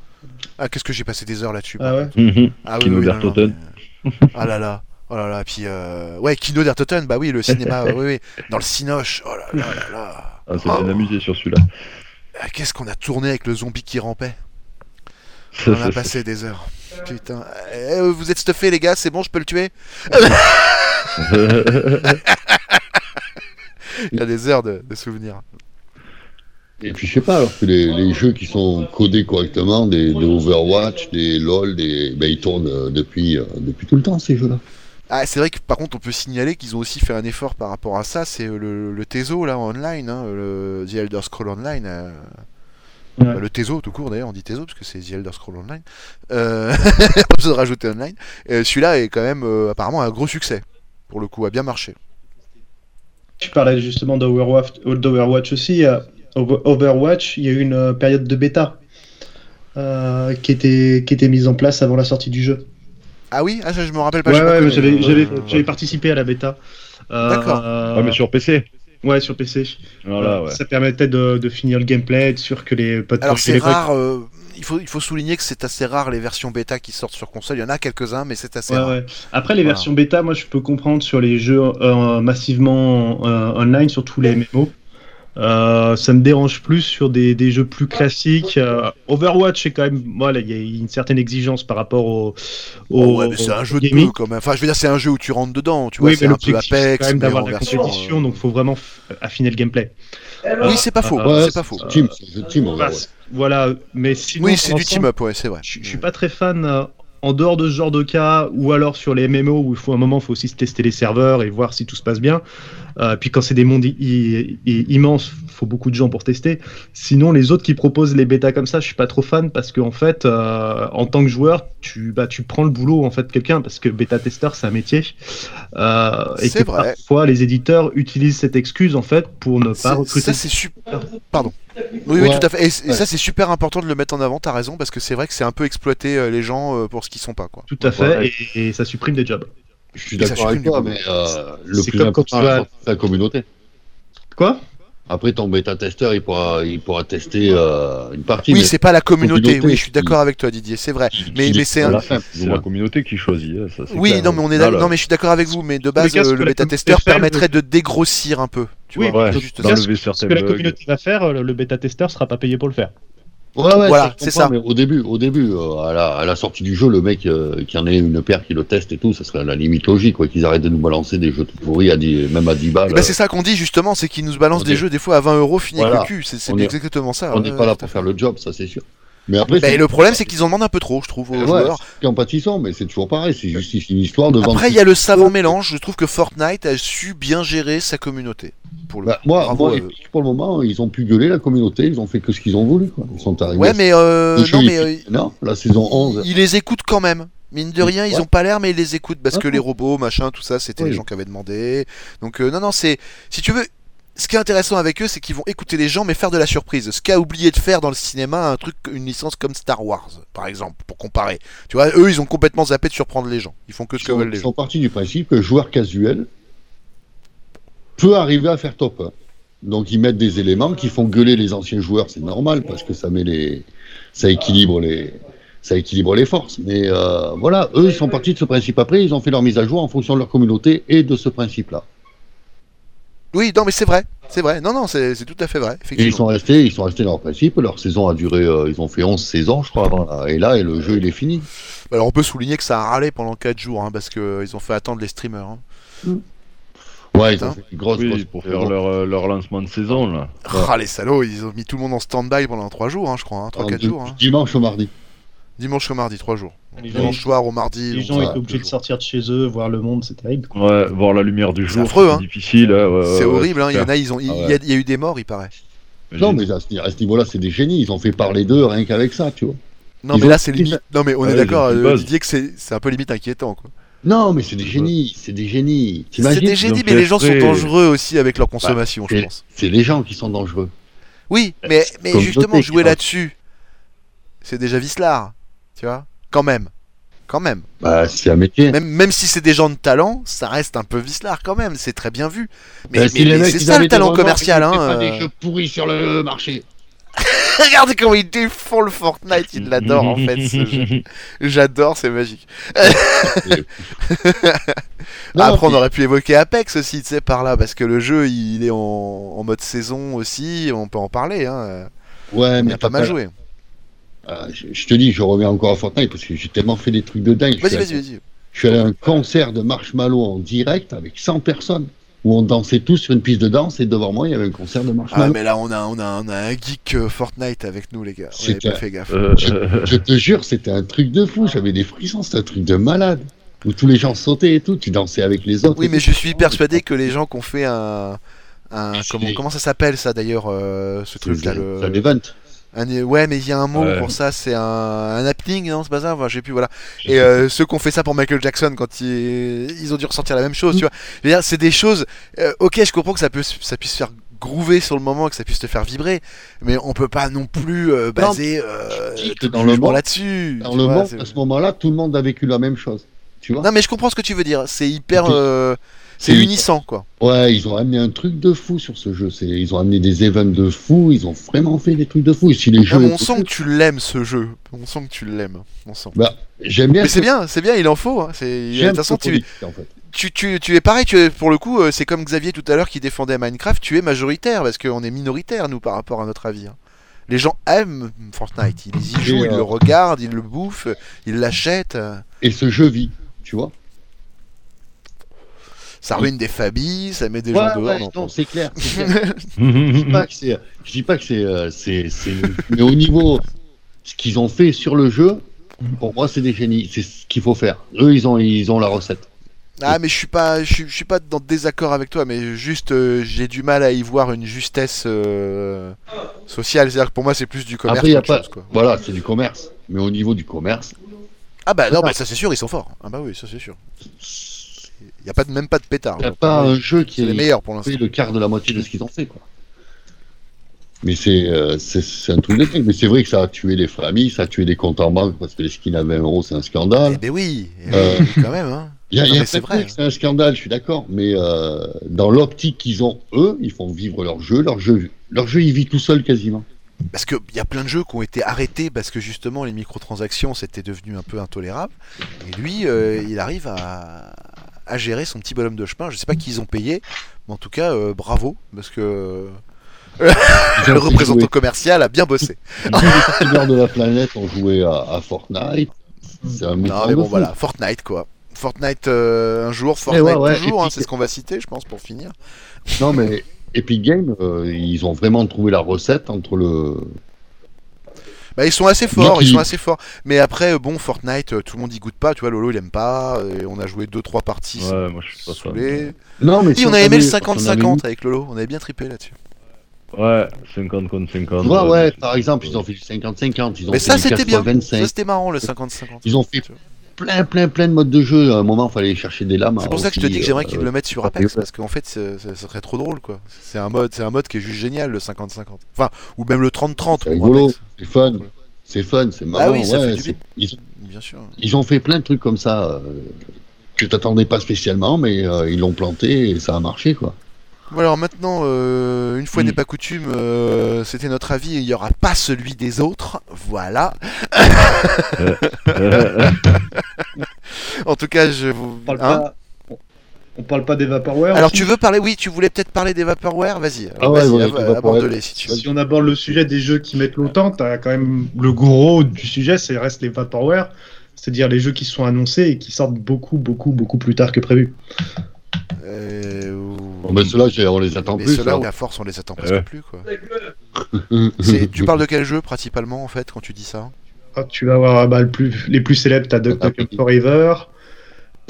A: Ah, qu'est-ce que j'ai passé des heures là-dessus.
G: Ah ouais
I: Mhm.
A: Ah
I: Kino
A: non, non,
I: Dertoten.
A: mais- Ah là là. Oh là là, puis euh... ouais, Kino Dertoten, bah oui, le cinéma, oui, oui, dans le Cinoche, oh là là là là.
I: Ah, ça
A: Oh.
I: bien amusé sur celui-là.
A: Ah, Qu'est-ce qu'on a tourné avec le zombie qui rampait
I: Ça,
A: On a
I: ça, ça.
A: passé des heures. Putain, Eh, euh, vous êtes stuffés les gars, c'est bon, je peux le tuer Il y a des heures de, de souvenirs.
H: Et puis je sais pas, alors que les, les jeux qui sont codés correctement, des, des Overwatch, des LoL, des, ben, ils tournent euh, depuis, euh, depuis tout le temps ces jeux-là.
A: Ah, c'est vrai que par contre, on peut signaler qu'ils ont aussi fait un effort par rapport à ça, c'est euh, le, le Tezo là online, hein, le The Elder Scroll Online, euh,
G: Ouais.
A: le Tezo tout court d'ailleurs, on dit Tezo parce que c'est The Elder Scroll Online. Euh... pas besoin de rajouter online. Euh, Celui-là est quand même euh, apparemment un gros succès. Pour le coup, a bien marché.
G: Tu parlais justement d'Overwatch d'Overwatch aussi. euh, Over- Overwatch, il y a eu une euh, période de bêta euh, qui, était, qui était mise en place avant la sortie du jeu.
A: Ah oui, ah, je, je me rappelle pas.
G: Ouais,
A: j'ai pas
G: ouais,
A: connu.
G: j'avais-
A: Euh,
G: j'avais
A: euh,
G: j'avais participé à la bêta. Euh,
A: D'accord.
I: Ah, mais sur PC.
G: Ouais, sur PC.
I: Voilà,
G: Euh,
I: ouais.
G: Ça permettait de, de finir le gameplay, être sûr que les pas de
A: Alors
G: toucher
A: c'est
G: les bugs.
A: rare. euh, il faut il faut souligner que c'est assez rare les versions bêta qui sortent sur console. Il y en a quelques uns, mais c'est assez
G: Ouais,
A: rare.
G: ouais. Après, les
A: Voilà.
G: versions bêta, moi, je peux comprendre sur les jeux euh, massivement euh, online, surtout les MMO. Euh, ça me dérange plus sur des, des jeux plus classiques. Euh, Overwatch, c'est quand même. Voilà, il y a une certaine exigence par rapport au.
A: Oh,
G: au-
A: ouais, mais c'est un jeu de
G: gaming.
A: peu quand même. Enfin, je veux dire, c'est un jeu où tu rentres dedans. Tu vois,
G: oui,
A: c'est
G: mais
A: un peu
G: l'objectif, c'est
A: Apex.
G: quand même
A: mais
G: d'avoir
A: en
G: de la
A: version,
G: compétition,
A: euh,
G: donc faut vraiment f- affiner le gameplay.
A: Oui, c'est pas faux.
G: Ah,
A: c'est pas faux.
H: Team, c'est le
A: Ah,
H: team Overwatch.
G: Parce- Voilà, mais sinon.
A: Oui, c'est
G: dans
A: du
G: l'ensemble,
A: team-up, ouais, c'est vrai.
G: Je je suis pas très fan euh, en dehors de ce genre de cas, ou alors sur les MMO où il faut un moment, il faut aussi tester les serveurs et voir si tout se passe bien. Euh, puis quand c'est des mondes i- i- i- immenses, faut beaucoup de gens pour tester. Sinon, les autres qui proposent les bêtas comme ça, je suis pas trop fan parce qu'en fait, euh, en tant que joueur, tu bah tu prends le boulot en fait de quelqu'un parce que bêta testeur c'est un métier. Euh, et
A: C'est
G: que
A: vrai.
G: Parfois, les éditeurs utilisent cette excuse en fait pour ne
A: C'est-
G: pas recruter.
A: Ça, c'est super. Pardon. Oui, oui,
H: Ouais.
A: tout à fait. Et, c- et
H: Ouais.
A: ça, c'est super important de le mettre en avant, t'as raison, parce que c'est vrai que c'est un peu exploiter euh, les gens euh, pour ce qu'ils sont pas, quoi.
G: Tout à fait,
I: Ouais.
G: et- et ça supprime des jobs.
H: Je suis
A: Mais ça
H: d'accord avec
A: supprime
H: toi,
A: du
H: mais euh, le
G: C'est
H: plus
G: comme quand tu
H: important,
G: vas-
H: c'est la communauté.
G: Quoi
H: Après, ton bêta-testeur, il pourra, il pourra tester euh, une partie.
A: Oui,
H: mais
A: c'est pas la communauté.
H: communauté
A: Oui, je suis
H: qui-
A: d'accord avec toi, Didier. C'est vrai.
H: qui-
A: mais-
H: qui
A: mais c'est
H: décide
A: un-
H: à la
I: Là, c'est
H: fin,
I: c'est
H: plus ou
I: la
H: moins.
I: communauté qui choisit. hein, Ça, c'est
A: Oui,
I: clair.
A: non, mais on est
I: Là,
A: d'ac-
I: là.
A: non, mais je suis d'accord avec vous. Mais de
G: les
A: base,
G: cas, ce
A: euh,
G: que
A: le
G: la
A: bêta
G: communauté
A: testeur
G: fait, le-
A: permettrait de dégrossir un peu. Tu
G: Oui,
A: vois,
I: Ouais,
A: c'est
G: donc,
A: juste
G: dans
A: ça.
G: ce-
I: d'enlever
G: ce
I: certains
G: que la
I: bugs.
G: communauté va faire, euh, le, le bêta-testeur sera pas payé pour le faire.
H: Ouais, ouais,
A: Voilà,
H: ça, je
A: c'est
H: comprends,
A: ça.
H: Mais au début, au début euh, à, la, à la sortie du jeu, le mec euh, qui en est une paire qui le teste et tout, ça serait la limite logique, quoi, qu'ils arrêtent de nous balancer des jeux tout pourris, à 10, même à 10 balles.
A: Eh ben, c'est ça qu'on dit justement, c'est qu'ils nous balancent
H: Ah bah on
A: des
H: est-
A: jeux des fois à 20 euros finis avec
H: Voilà.
A: le cul. C'est c'est
H: On est-
A: exactement ça.
H: on
A: Ah, ouais,
H: n'est pas
A: ouais, tout
H: là
A: à
H: pour
A: fait.
H: faire le job, ça c'est sûr. Mais après,
A: Ben,
H: c'est
A: le problème, c'est qu'ils en demandent un peu trop, je trouve, aux
H: Ouais,
A: joueurs.
H: c'est en pâtissant, mais c'est toujours pareil, c'est juste une histoire de Bah, vendre.
A: Après, il y a le savant mélange. Je trouve que Fortnite a su bien gérer sa communauté. Pour le
H: Bah, moi,
A: Bravo,
H: moi,
A: euh.
H: pour le moment, ils ont pu gueuler la communauté, ils ont fait que ce qu'ils ont voulu. Quoi. Ils sont arrivés.
A: Ouais, mais euh,
H: Le jeu,
A: non,
H: il
A: mais euh,
H: fait- non, la saison 11.
A: ils les écoutent quand même. Mine de rien, ils
H: Ouais.
A: ont pas l'air, mais ils les écoutent parce que
H: Ouais.
A: les robots, machin, tout ça, c'était les
H: Oui.
A: gens qui avaient demandé. Donc euh, non, non, c'est si tu veux. Ce qui est intéressant avec eux, c'est qu'ils vont écouter les gens, mais faire de la surprise. Ce qu'a oublié de faire dans le cinéma, un truc, une licence comme Star Wars, par exemple, pour comparer. Tu vois, eux, ils ont complètement zappé de surprendre les gens. Ils font que ce
H: Ils
A: que
H: sont,
A: veulent les
H: ils
A: gens.
H: sont partis du principe que le joueur casuel peut arriver à faire top 1. Donc ils mettent des éléments qui font gueuler les anciens joueurs, c'est normal parce que ça met les, ça équilibre les, ça équilibre les forces. Mais euh, voilà, eux, ils sont partis de ce principe. Après, ils ont fait leur mise à jour en fonction de leur communauté et de ce principe-là.
A: Oui, non, mais c'est vrai. C'est vrai. Non, non, c'est c'est tout à fait vrai.
H: Et ils
A: Effectivement.
H: sont restés, ils sont restés dans leur principe. Leur saison a duré, euh, ils ont fait 11 saisons, je crois, avant là. Et là, et le jeu, il est fini.
A: Alors, on peut souligner que ça a râlé pendant 4 jours, hein, parce qu'ils ont fait attendre les streamers. hein.
H: Ouais, ils
A: Putain.
H: ont fait une grosse, grosse
I: Oui, pour faire
H: saison.
I: leur, euh, leur lancement de saison, là.
A: Ah, les salauds, ils ont mis tout le monde en stand-by pendant 3 jours, hein, je crois.
H: Alors,
A: 3-4
H: du-
A: jours. hein.
H: du Dimanche au mardi.
A: Dimanche au mardi, 3 jours.
G: Les gens,
A: Dimanche soir au mardi.
G: les
A: donc
G: gens
A: ça,
G: étaient obligés de
A: deux jours.
G: sortir de chez eux, voir le monde, c'est terrible. quoi.
I: Ouais, voir la lumière du
A: C'est
I: jour,
A: affreux,
I: c'est
A: hein.
I: difficile. hein, ouais,
H: Euh,
A: C'est
I: ouais,
A: horrible, hein, il y
I: clair.
A: en a, ils ont, il
I: Ah ouais.
A: y a- il y a eu des morts, il paraît.
H: Non, mais à ce, à ce niveau-là, c'est des génies. Ils ont fait parler d'eux rien qu'avec ça, tu vois.
A: Non,
H: Ils
A: mais
H: ont-
A: là, c'est limite. Non, mais on
I: Ah
A: est
I: ouais,
A: d'accord,
I: ils ont plus de
A: euh,
I: base.
A: Didier, que c'est c'est un peu limite inquiétant. quoi.
H: Non, mais c'est des génies. C'est des génies.
A: C'est des
H: T'imagines
A: génies,
I: ont
A: mais les gens sont
I: fait-
A: dangereux aussi avec leur consommation, je
H: c'est-
A: pense.
H: C'est les gens qui sont dangereux.
A: Oui, mais, mais
H: comme
A: justement,
H: Dotec,
A: jouer
H: hein.
A: là-dessus, c'est déjà vicelard. Tu vois Quand même. Quand même.
H: Bah, c'est un métier.
A: Même, même si c'est des gens de talent, ça reste un peu vicelard quand même, c'est très bien vu. Mais,
H: Bah, si
A: mais-
H: les
A: mais
H: mecs,
A: c'est
H: ils
A: ça
H: avaient
A: le
H: des
A: talent
H: remords,
A: commercial.
H: ils faisaient
A: Hein,
H: pas des
A: euh.
H: jeux pourris sur le marché.
A: Regardez comment ils défont le Fortnite, ils l'adorent en fait ce jeu. J'adore, c'est magique.
H: Non,
A: Après, on
H: puis-
A: aurait pu évoquer Apex aussi, tu sais, par là, parce que le jeu, il est en, en mode saison aussi, on peut en parler. Hein.
H: Ouais,
A: On
H: mais
A: a pas mal joué.
H: Ah, je, je te dis, je reviens encore à Fortnite parce que j'ai tellement fait des trucs de dingue. Je
A: Vas-y,
H: suis
A: vas-y,
H: allé-
A: vas-y.
H: je suis allé à un concert de Marshmallow en direct avec 100 personnes où on dansait tous sur une piste de danse et devant moi il y avait un concert de
A: Ah,
H: Marshmallow.
A: mais là, on a, on a, on a un geek euh, Fortnite avec nous, les gars. On
H: C'est
A: avait pas
H: clair.
A: fait gaffe.
I: Euh,
H: Je-
I: euh,
H: Je te jure, c'était un truc de fou. J'avais des frissons, c'était un truc de malade où tous les gens sautaient et tout. Tu dansais avec les autres.
A: Oui,
H: et
A: mais
H: tout.
A: je suis persuadé que les gens qui ont fait un. un-
H: C'est-
A: comment, comment ça s'appelle ça d'ailleurs, euh, ce
H: Ah, C'est
A: truc-là
H: un-
A: le-
H: c'est un event.
A: un- Ouais, mais il y a un mot
I: Ouais.
A: pour ça, c'est un, un happening, non C'est pas ça Enfin, J'ai plus, voilà. Et euh, ceux qui ont fait ça pour Michael Jackson, quand ils, ils ont dû ressentir la même chose, tu vois. Je veux dire, c'est des choses. euh, ok, je comprends que ça, peut, ça puisse faire groover sur le moment, que ça puisse te faire vibrer, mais on peut pas non plus euh, baser euh,
H: je dis que
A: tout
H: dans
A: le
H: le
A: jugement
H: monde-
A: là-dessus.
H: Dans
A: tu
H: le
A: vois,
H: monde,
A: c'est-
H: à ce moment-là, tout le monde a vécu la même chose. Tu vois
A: Non, mais je comprends ce que tu veux dire. C'est hyper.
H: Puis-
A: euh, c'est
H: Puis-
A: unissant, quoi.
H: Ouais, ils ont amené un truc de fou sur ce jeu. C'est, ils ont amené des events de fou. Ils ont vraiment fait des trucs de fou. Et si les
A: Ah,
H: jeux,
A: mais on sent que tu l'aimes, ce jeu. On sent que tu l'aimes. On sent.
H: j'aime bien.
A: Mais
H: ce-
A: c'est bien, c'est bien, il en faut. hein. C'est... De
H: J'aime
A: toute façon,
H: ce
A: tu,
H: politique, en fait.
A: tu, tu, tu es pareil, tu es, pour le coup, euh, c'est comme Xavier tout à l'heure qui défendait Minecraft, tu es majoritaire parce qu'on est minoritaire, nous, par rapport à notre avis. hein. Les gens aiment Fortnite, ils y
H: Et,
A: jouent, ils
H: euh,
A: le regardent, ils le bouffent, ils l'achètent, euh,
H: Et ce jeu vit, tu vois.
A: ça ruine des familles, ça met des
H: Ouais,
A: gens dehors.
H: ouais,
A: non,
H: non,
A: non.
H: c'est clair. c'est clair. je
I: Mm,
H: dis pas que c'est, je dis pas que c'est, euh, c'est, c'est- mais au niveau ce qu'ils ont fait sur le jeu, pour moi, c'est des génies. C'est ce qu'il faut faire. Eux, ils ont, ils ont la recette.
A: Ah, mais je suis pas, je suis, je suis pas dans le désaccord avec toi, mais juste, euh, j'ai du mal à y voir une justesse euh, sociale. C'est-à-dire que pour moi, c'est plus du commerce
H: Après, y a
A: qu'autre
H: pas-
A: chose, quoi.
H: Voilà, c'est du commerce. Mais au niveau du commerce,
A: Ah bah non, bah ça c'est sûr, ils sont forts. Ah bah oui, ça c'est sûr. Il y a pas de, même pas de pétard. hein.
H: y a pas un jeu qui
A: C'est les
H: est
A: meilleurs pour l'instant.
H: fait le quart de la moitié de ce qu'ils ont fait, quoi. Mais c'est euh, c'est- c'est un truc de dingue. Mais c'est vrai que ça a tué les familles, ça a tué les comptes en banque parce que les skins à 20 euros, c'est un
A: Eh
H: scandale.
A: ben oui, eh
H: Euh.
A: oui, quand même. Hein.
H: Il y a,
A: Non,
H: il y a
A: mais c'est
H: plein
A: vrai.
H: de trucs, C'est un scandale, je suis d'accord. Mais euh, dans l'optique qu'ils ont, eux, ils font vivre leur jeu. Leur jeu, leur jeu il vit tout seul quasiment.
A: Parce qu'il y a plein de jeux qui ont été arrêtés parce que justement les microtransactions c'était devenu un peu intolérable. Et lui, euh, il arrive à... à gérer son petit bonhomme de chemin. Je sais pas qui ils ont payé, mais en tout cas, euh, bravo, parce que
H: Ils
A: le
H: ont fait
A: représentant
H: jouer
A: commercial a bien bossé.
H: Tous les streamers de la planète ont joué à, à Fortnite. C'est un mouvement
A: Non, mais
H: de
A: bon,
H: fou.
A: voilà, Fortnite quoi. Fortnite euh, un jour, Fortnite
H: Eh ouais, ouais,
A: toujours,
H: et
A: hein,
H: puis-
A: c'est ce qu'on va citer, je pense, pour finir.
H: Non, mais Epic Games, euh, ils ont vraiment trouvé la recette entre le.
A: Bah, ils sont assez forts,
H: Moi
A: ils
H: qui-
A: sont assez forts. Mais après, euh, bon, Fortnite, euh, tout le monde y goûte pas. Tu vois, Lolo, il aime pas. euh, et on a joué 2-3 parties. ça
I: Ouais, moi je suis
A: m'a
I: pas fan.
A: saoulé.
H: Non, mais
A: Si, on a aimé le 50-50 avec Lolo. On avait bien trippé là-dessus.
I: Ouais, 50 contre 50.
H: Tu vois, ouais, par
I: c'est-
H: exemple, ils ont fait du 50-50, ils ont
A: Mais
H: fait
A: ça,
H: du
A: c'était bien.
H: 25,
A: Ça, c'était marrant, le 50-50.
H: Ils ont fait-
A: Tu vois.
H: plein, plein, plein de modes de jeu. À un moment, il fallait chercher des lames.
A: C'est pour ça que je te
H: aussi,
A: dis que j'aimerais
H: euh,
A: qu'ils le mettent sur
H: ça
A: Apex.
H: fait-
A: Parce qu'en fait, c'est- ça ça serait trop drôle, quoi. C'est un mode, c'est un mode qui est juste génial, le 50-50. Enfin, ou même le 30-30.
H: C'est
A: pour
H: rigolo,
A: Apex.
H: c'est fun, c'est fun, c'est marrant.
A: Ah oui, ça
H: ouais,
A: fait du
H: c'est-
A: bien.
H: ils,
A: Bien sûr.
H: ils ont fait plein de trucs comme ça euh, que t'attendais pas spécialement, mais euh, ils l'ont planté et ça a marché, quoi.
A: Bon, Alors maintenant, euh, une fois
I: Mm.
A: n'est pas coutume, euh, c'était notre avis et il n'y aura pas celui des autres. Voilà.
I: Euh,
A: En tout cas, je vous.
G: On parle
A: hein
G: pas. on- On parle pas des Vaporware.
A: Alors tu
G: aussi
A: veux parler Oui, tu voulais peut-être parler des Vaporware. Vas-y.
H: Ah
A: vas-y,
H: ouais, ouais,
A: ab-
H: les Vaporware.
A: aborde-les si tu veux.
G: Si on aborde le sujet des jeux qui mettent longtemps, t'as quand même le gros du sujet, c'est reste les Vaporware, c'est-à-dire les jeux qui sont annoncés et qui sortent beaucoup, beaucoup, beaucoup plus tard que prévu.
A: Euh, ou-
H: Bon, ben, ceux-là, j'ai- on les attend
A: mais
H: plus.
A: ceux-là,
H: hein.
A: à force, on les attend presque
I: Ouais.
A: plus. Quoi. C'est- tu parles de quel jeu principalement en fait quand tu dis ça
G: Ah, tu vas avoir bah, le plus, les plus célèbres, t'as Duck Duck Hunt Forever,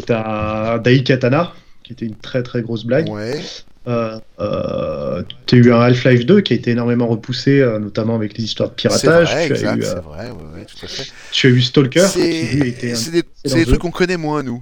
G: t'as Daikatana, qui était une très très grosse blague.
A: Ouais.
G: Euh, euh, t'as eu un Half-Life 2 qui a été énormément repoussé, euh, notamment avec les histoires de
A: C'est
G: piratage.
A: vrai,
G: tu, as
A: exact,
G: eu,
A: c'est
G: euh,
A: vrai, ouais, ouais, tout à fait.
G: tu as eu Stalker, qui lui était
A: C'est
G: un-
A: c'est des, c'est des
G: jeu.
A: trucs qu'on connaît moins, nous.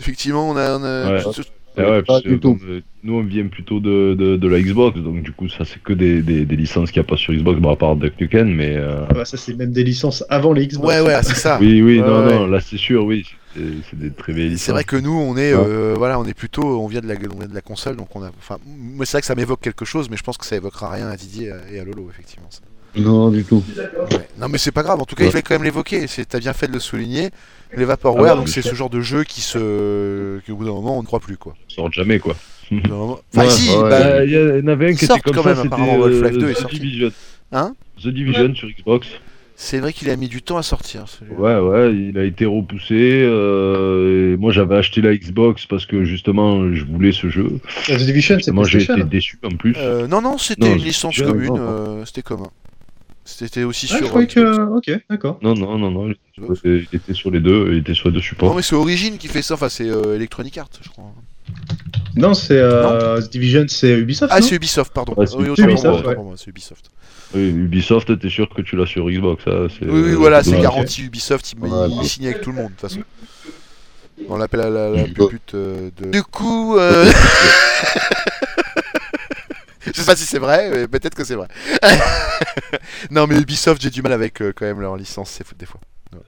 A: Effectivement, on a. on a-
I: Ouais.
A: tout-
I: eh ouais,
H: Pas
I: parce que
H: du tout.
I: comme, euh, nous on vient plutôt de, de, de la Xbox, donc du coup ça c'est que des, des, des licences qu'il n'y a pas sur Xbox, bon à part Duck Nukem, mais euh,
G: Ah bah, ça c'est même des licences avant les Xbox.
A: Ouais, ouais, c'est ça.
I: oui oui
A: Ah. Ouais,
I: non
A: ouais.
I: non là c'est sûr oui c'est c'est des très vieilles
A: C'est
I: licences.
A: vrai que nous, on est,
I: Ouais.
A: euh, voilà, on est plutôt, on vient de la, on vient de la console, donc on a, enfin, moi, c'est vrai que ça m'évoque quelque chose, mais je pense que ça évoquera rien à Didier et à Lolo, effectivement. ça.
H: Non, du tout.
A: Ouais. Non, mais c'est pas grave. En tout cas, il
H: Ouais.
A: fallait quand même l'évoquer. C'est, t'as bien fait de le souligner. Les vaporware,
I: Ah bah,
A: donc c'est ce genre de jeu qui se, qui, au bout d'un moment, on ne croit plus, quoi.
I: Ils sortent jamais quoi.
A: Au bout d'un moment- Enfin,
H: Ouais,
A: si,
H: ouais.
A: bah,
I: Bah, Il y en avait un qui
A: Sortent
I: était comme
A: quand
I: ça,
A: même,
I: c'était
A: apparemment, Half-Life
I: euh,
A: 2 est
I: The
A: sorti.
I: Division.
A: Hein
I: The Division sur Xbox.
A: c'est vrai qu'il a mis du temps à sortir. celui-là.
I: Ouais, ouais, il a été repoussé. euh, et moi, j'avais acheté la Xbox parce que justement, je voulais ce jeu.
G: Euh, The Division, c'est
I: Moi, j'ai été
G: PlayStation. hein.
I: déçu en plus.
A: hein. Euh, non, non, c'était
I: Non,
A: une
I: je-
A: licence
I: je-
A: commune.
I: non, non.
A: euh, c'était commun. C'était aussi
G: Ah,
A: sur. euh,
G: je croyais que.
A: Xbox.
G: Ok, d'accord.
I: Non, non, non, non. Il était, sur- il était sur les deux. Il était sur les deux
A: Non,
I: supports.
A: mais c'est Origin qui fait ça. Enfin, c'est euh, Electronic Arts, je crois.
G: Non, c'est. euh, The Division, c'est Ubisoft.
A: Ah,
G: non
A: c'est Ubisoft, pardon.
I: Ouais, c'est
A: Oui, autant pour
G: Ubisoft,
A: moi, autant
G: ouais.
A: pour moi, c'est Ubisoft.
I: Oui, Ubisoft, t'es sûr que tu l'as sur Xbox ça, c'est-
A: Oui, oui, voilà, c'est
I: c'est dommage.
A: garanti Ubisoft, il,
H: Ouais,
A: il
H: bon.
A: signe avec tout le monde, de toute façon. On l'appelle la, la, la
H: Mm.
A: pupute euh, de... Du coup... euh, Je sais pas si c'est vrai, mais peut-être que c'est vrai. non, mais Ubisoft, j'ai du mal avec euh, quand même leur licence, c'est fou des fois. Ouais.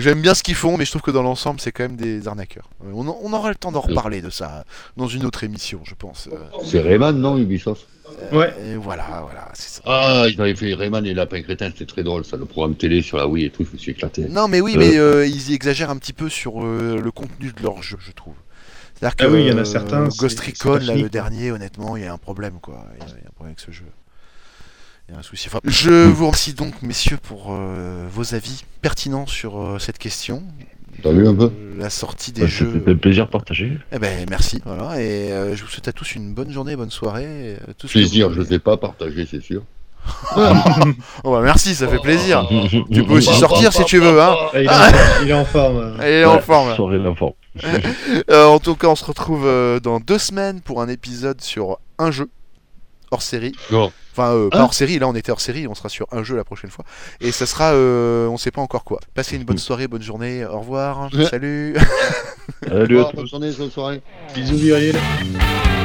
A: J'aime bien ce qu'ils font, mais je trouve que dans l'ensemble, c'est quand même des arnaqueurs. Ouais, On, en- on aura le temps d'en reparler de ça dans une autre émission, je pense. Euh,
H: C'est Rayman, non, Ubisoft
G: Ouais.
A: et voilà, voilà, c'est ça.
H: Ah, ils avaient fait Rayman et Lapin Crétin, c'était très drôle, ça, le programme télé sur la Wii et tout, je me suis éclaté.
A: Non, mais oui,
I: Euh.
A: mais euh, ils y exagèrent un petit peu sur euh, le contenu de leur jeu, je trouve. C'est-à-dire que
G: Ah oui, il y en a
A: euh,
G: certains, c'est- hein.
A: Ghost
G: c'est
A: Recon,
G: pas
A: là,
G: fini,
A: le
G: quoi.
A: dernier, honnêtement, il y a un problème, quoi. Il y a, il y a un problème avec ce jeu. Il y a un souci. Enfin, je vous remercie donc, messieurs, pour euh, vos avis pertinents sur euh, cette question.
H: T'as
G: Ah
H: vu un peu
A: Euh, La sortie des
I: Ouais,
A: jeux.
I: C'était un plaisir partagé.
A: Eh ben, merci. Voilà. Et euh, je vous souhaite à tous une bonne journée, bonne soirée. euh, tout ce que
H: Plaisir,
A: vous
H: je
A: voulez.
H: sais pas, partager, c'est sûr.
A: Oh, bah, merci, ça fait plaisir. Tu peux aussi
H: Bah, bah,
A: sortir si tu veux, hein.
G: Ah, il, est en, il est en forme. euh.
A: Elle est en forme. là.
I: Soirée d'informe.
A: Euh, en tout cas, on se retrouve euh, dans deux semaines pour un épisode sur un jeu hors série.
H: Non.
A: Enfin, euh, pas
H: Hein
A: hors série, là on était hors série, on sera sur un jeu la prochaine fois. Et ça sera, euh, on sait pas encore quoi. Passez une bonne soirée, bonne journée, au revoir,
H: Hmm. Ouais.
A: salut.
I: Salut à
H: Bonne
I: tous.
H: journée, bonne soirée.
G: Bisous, Viril.
A: Bisous.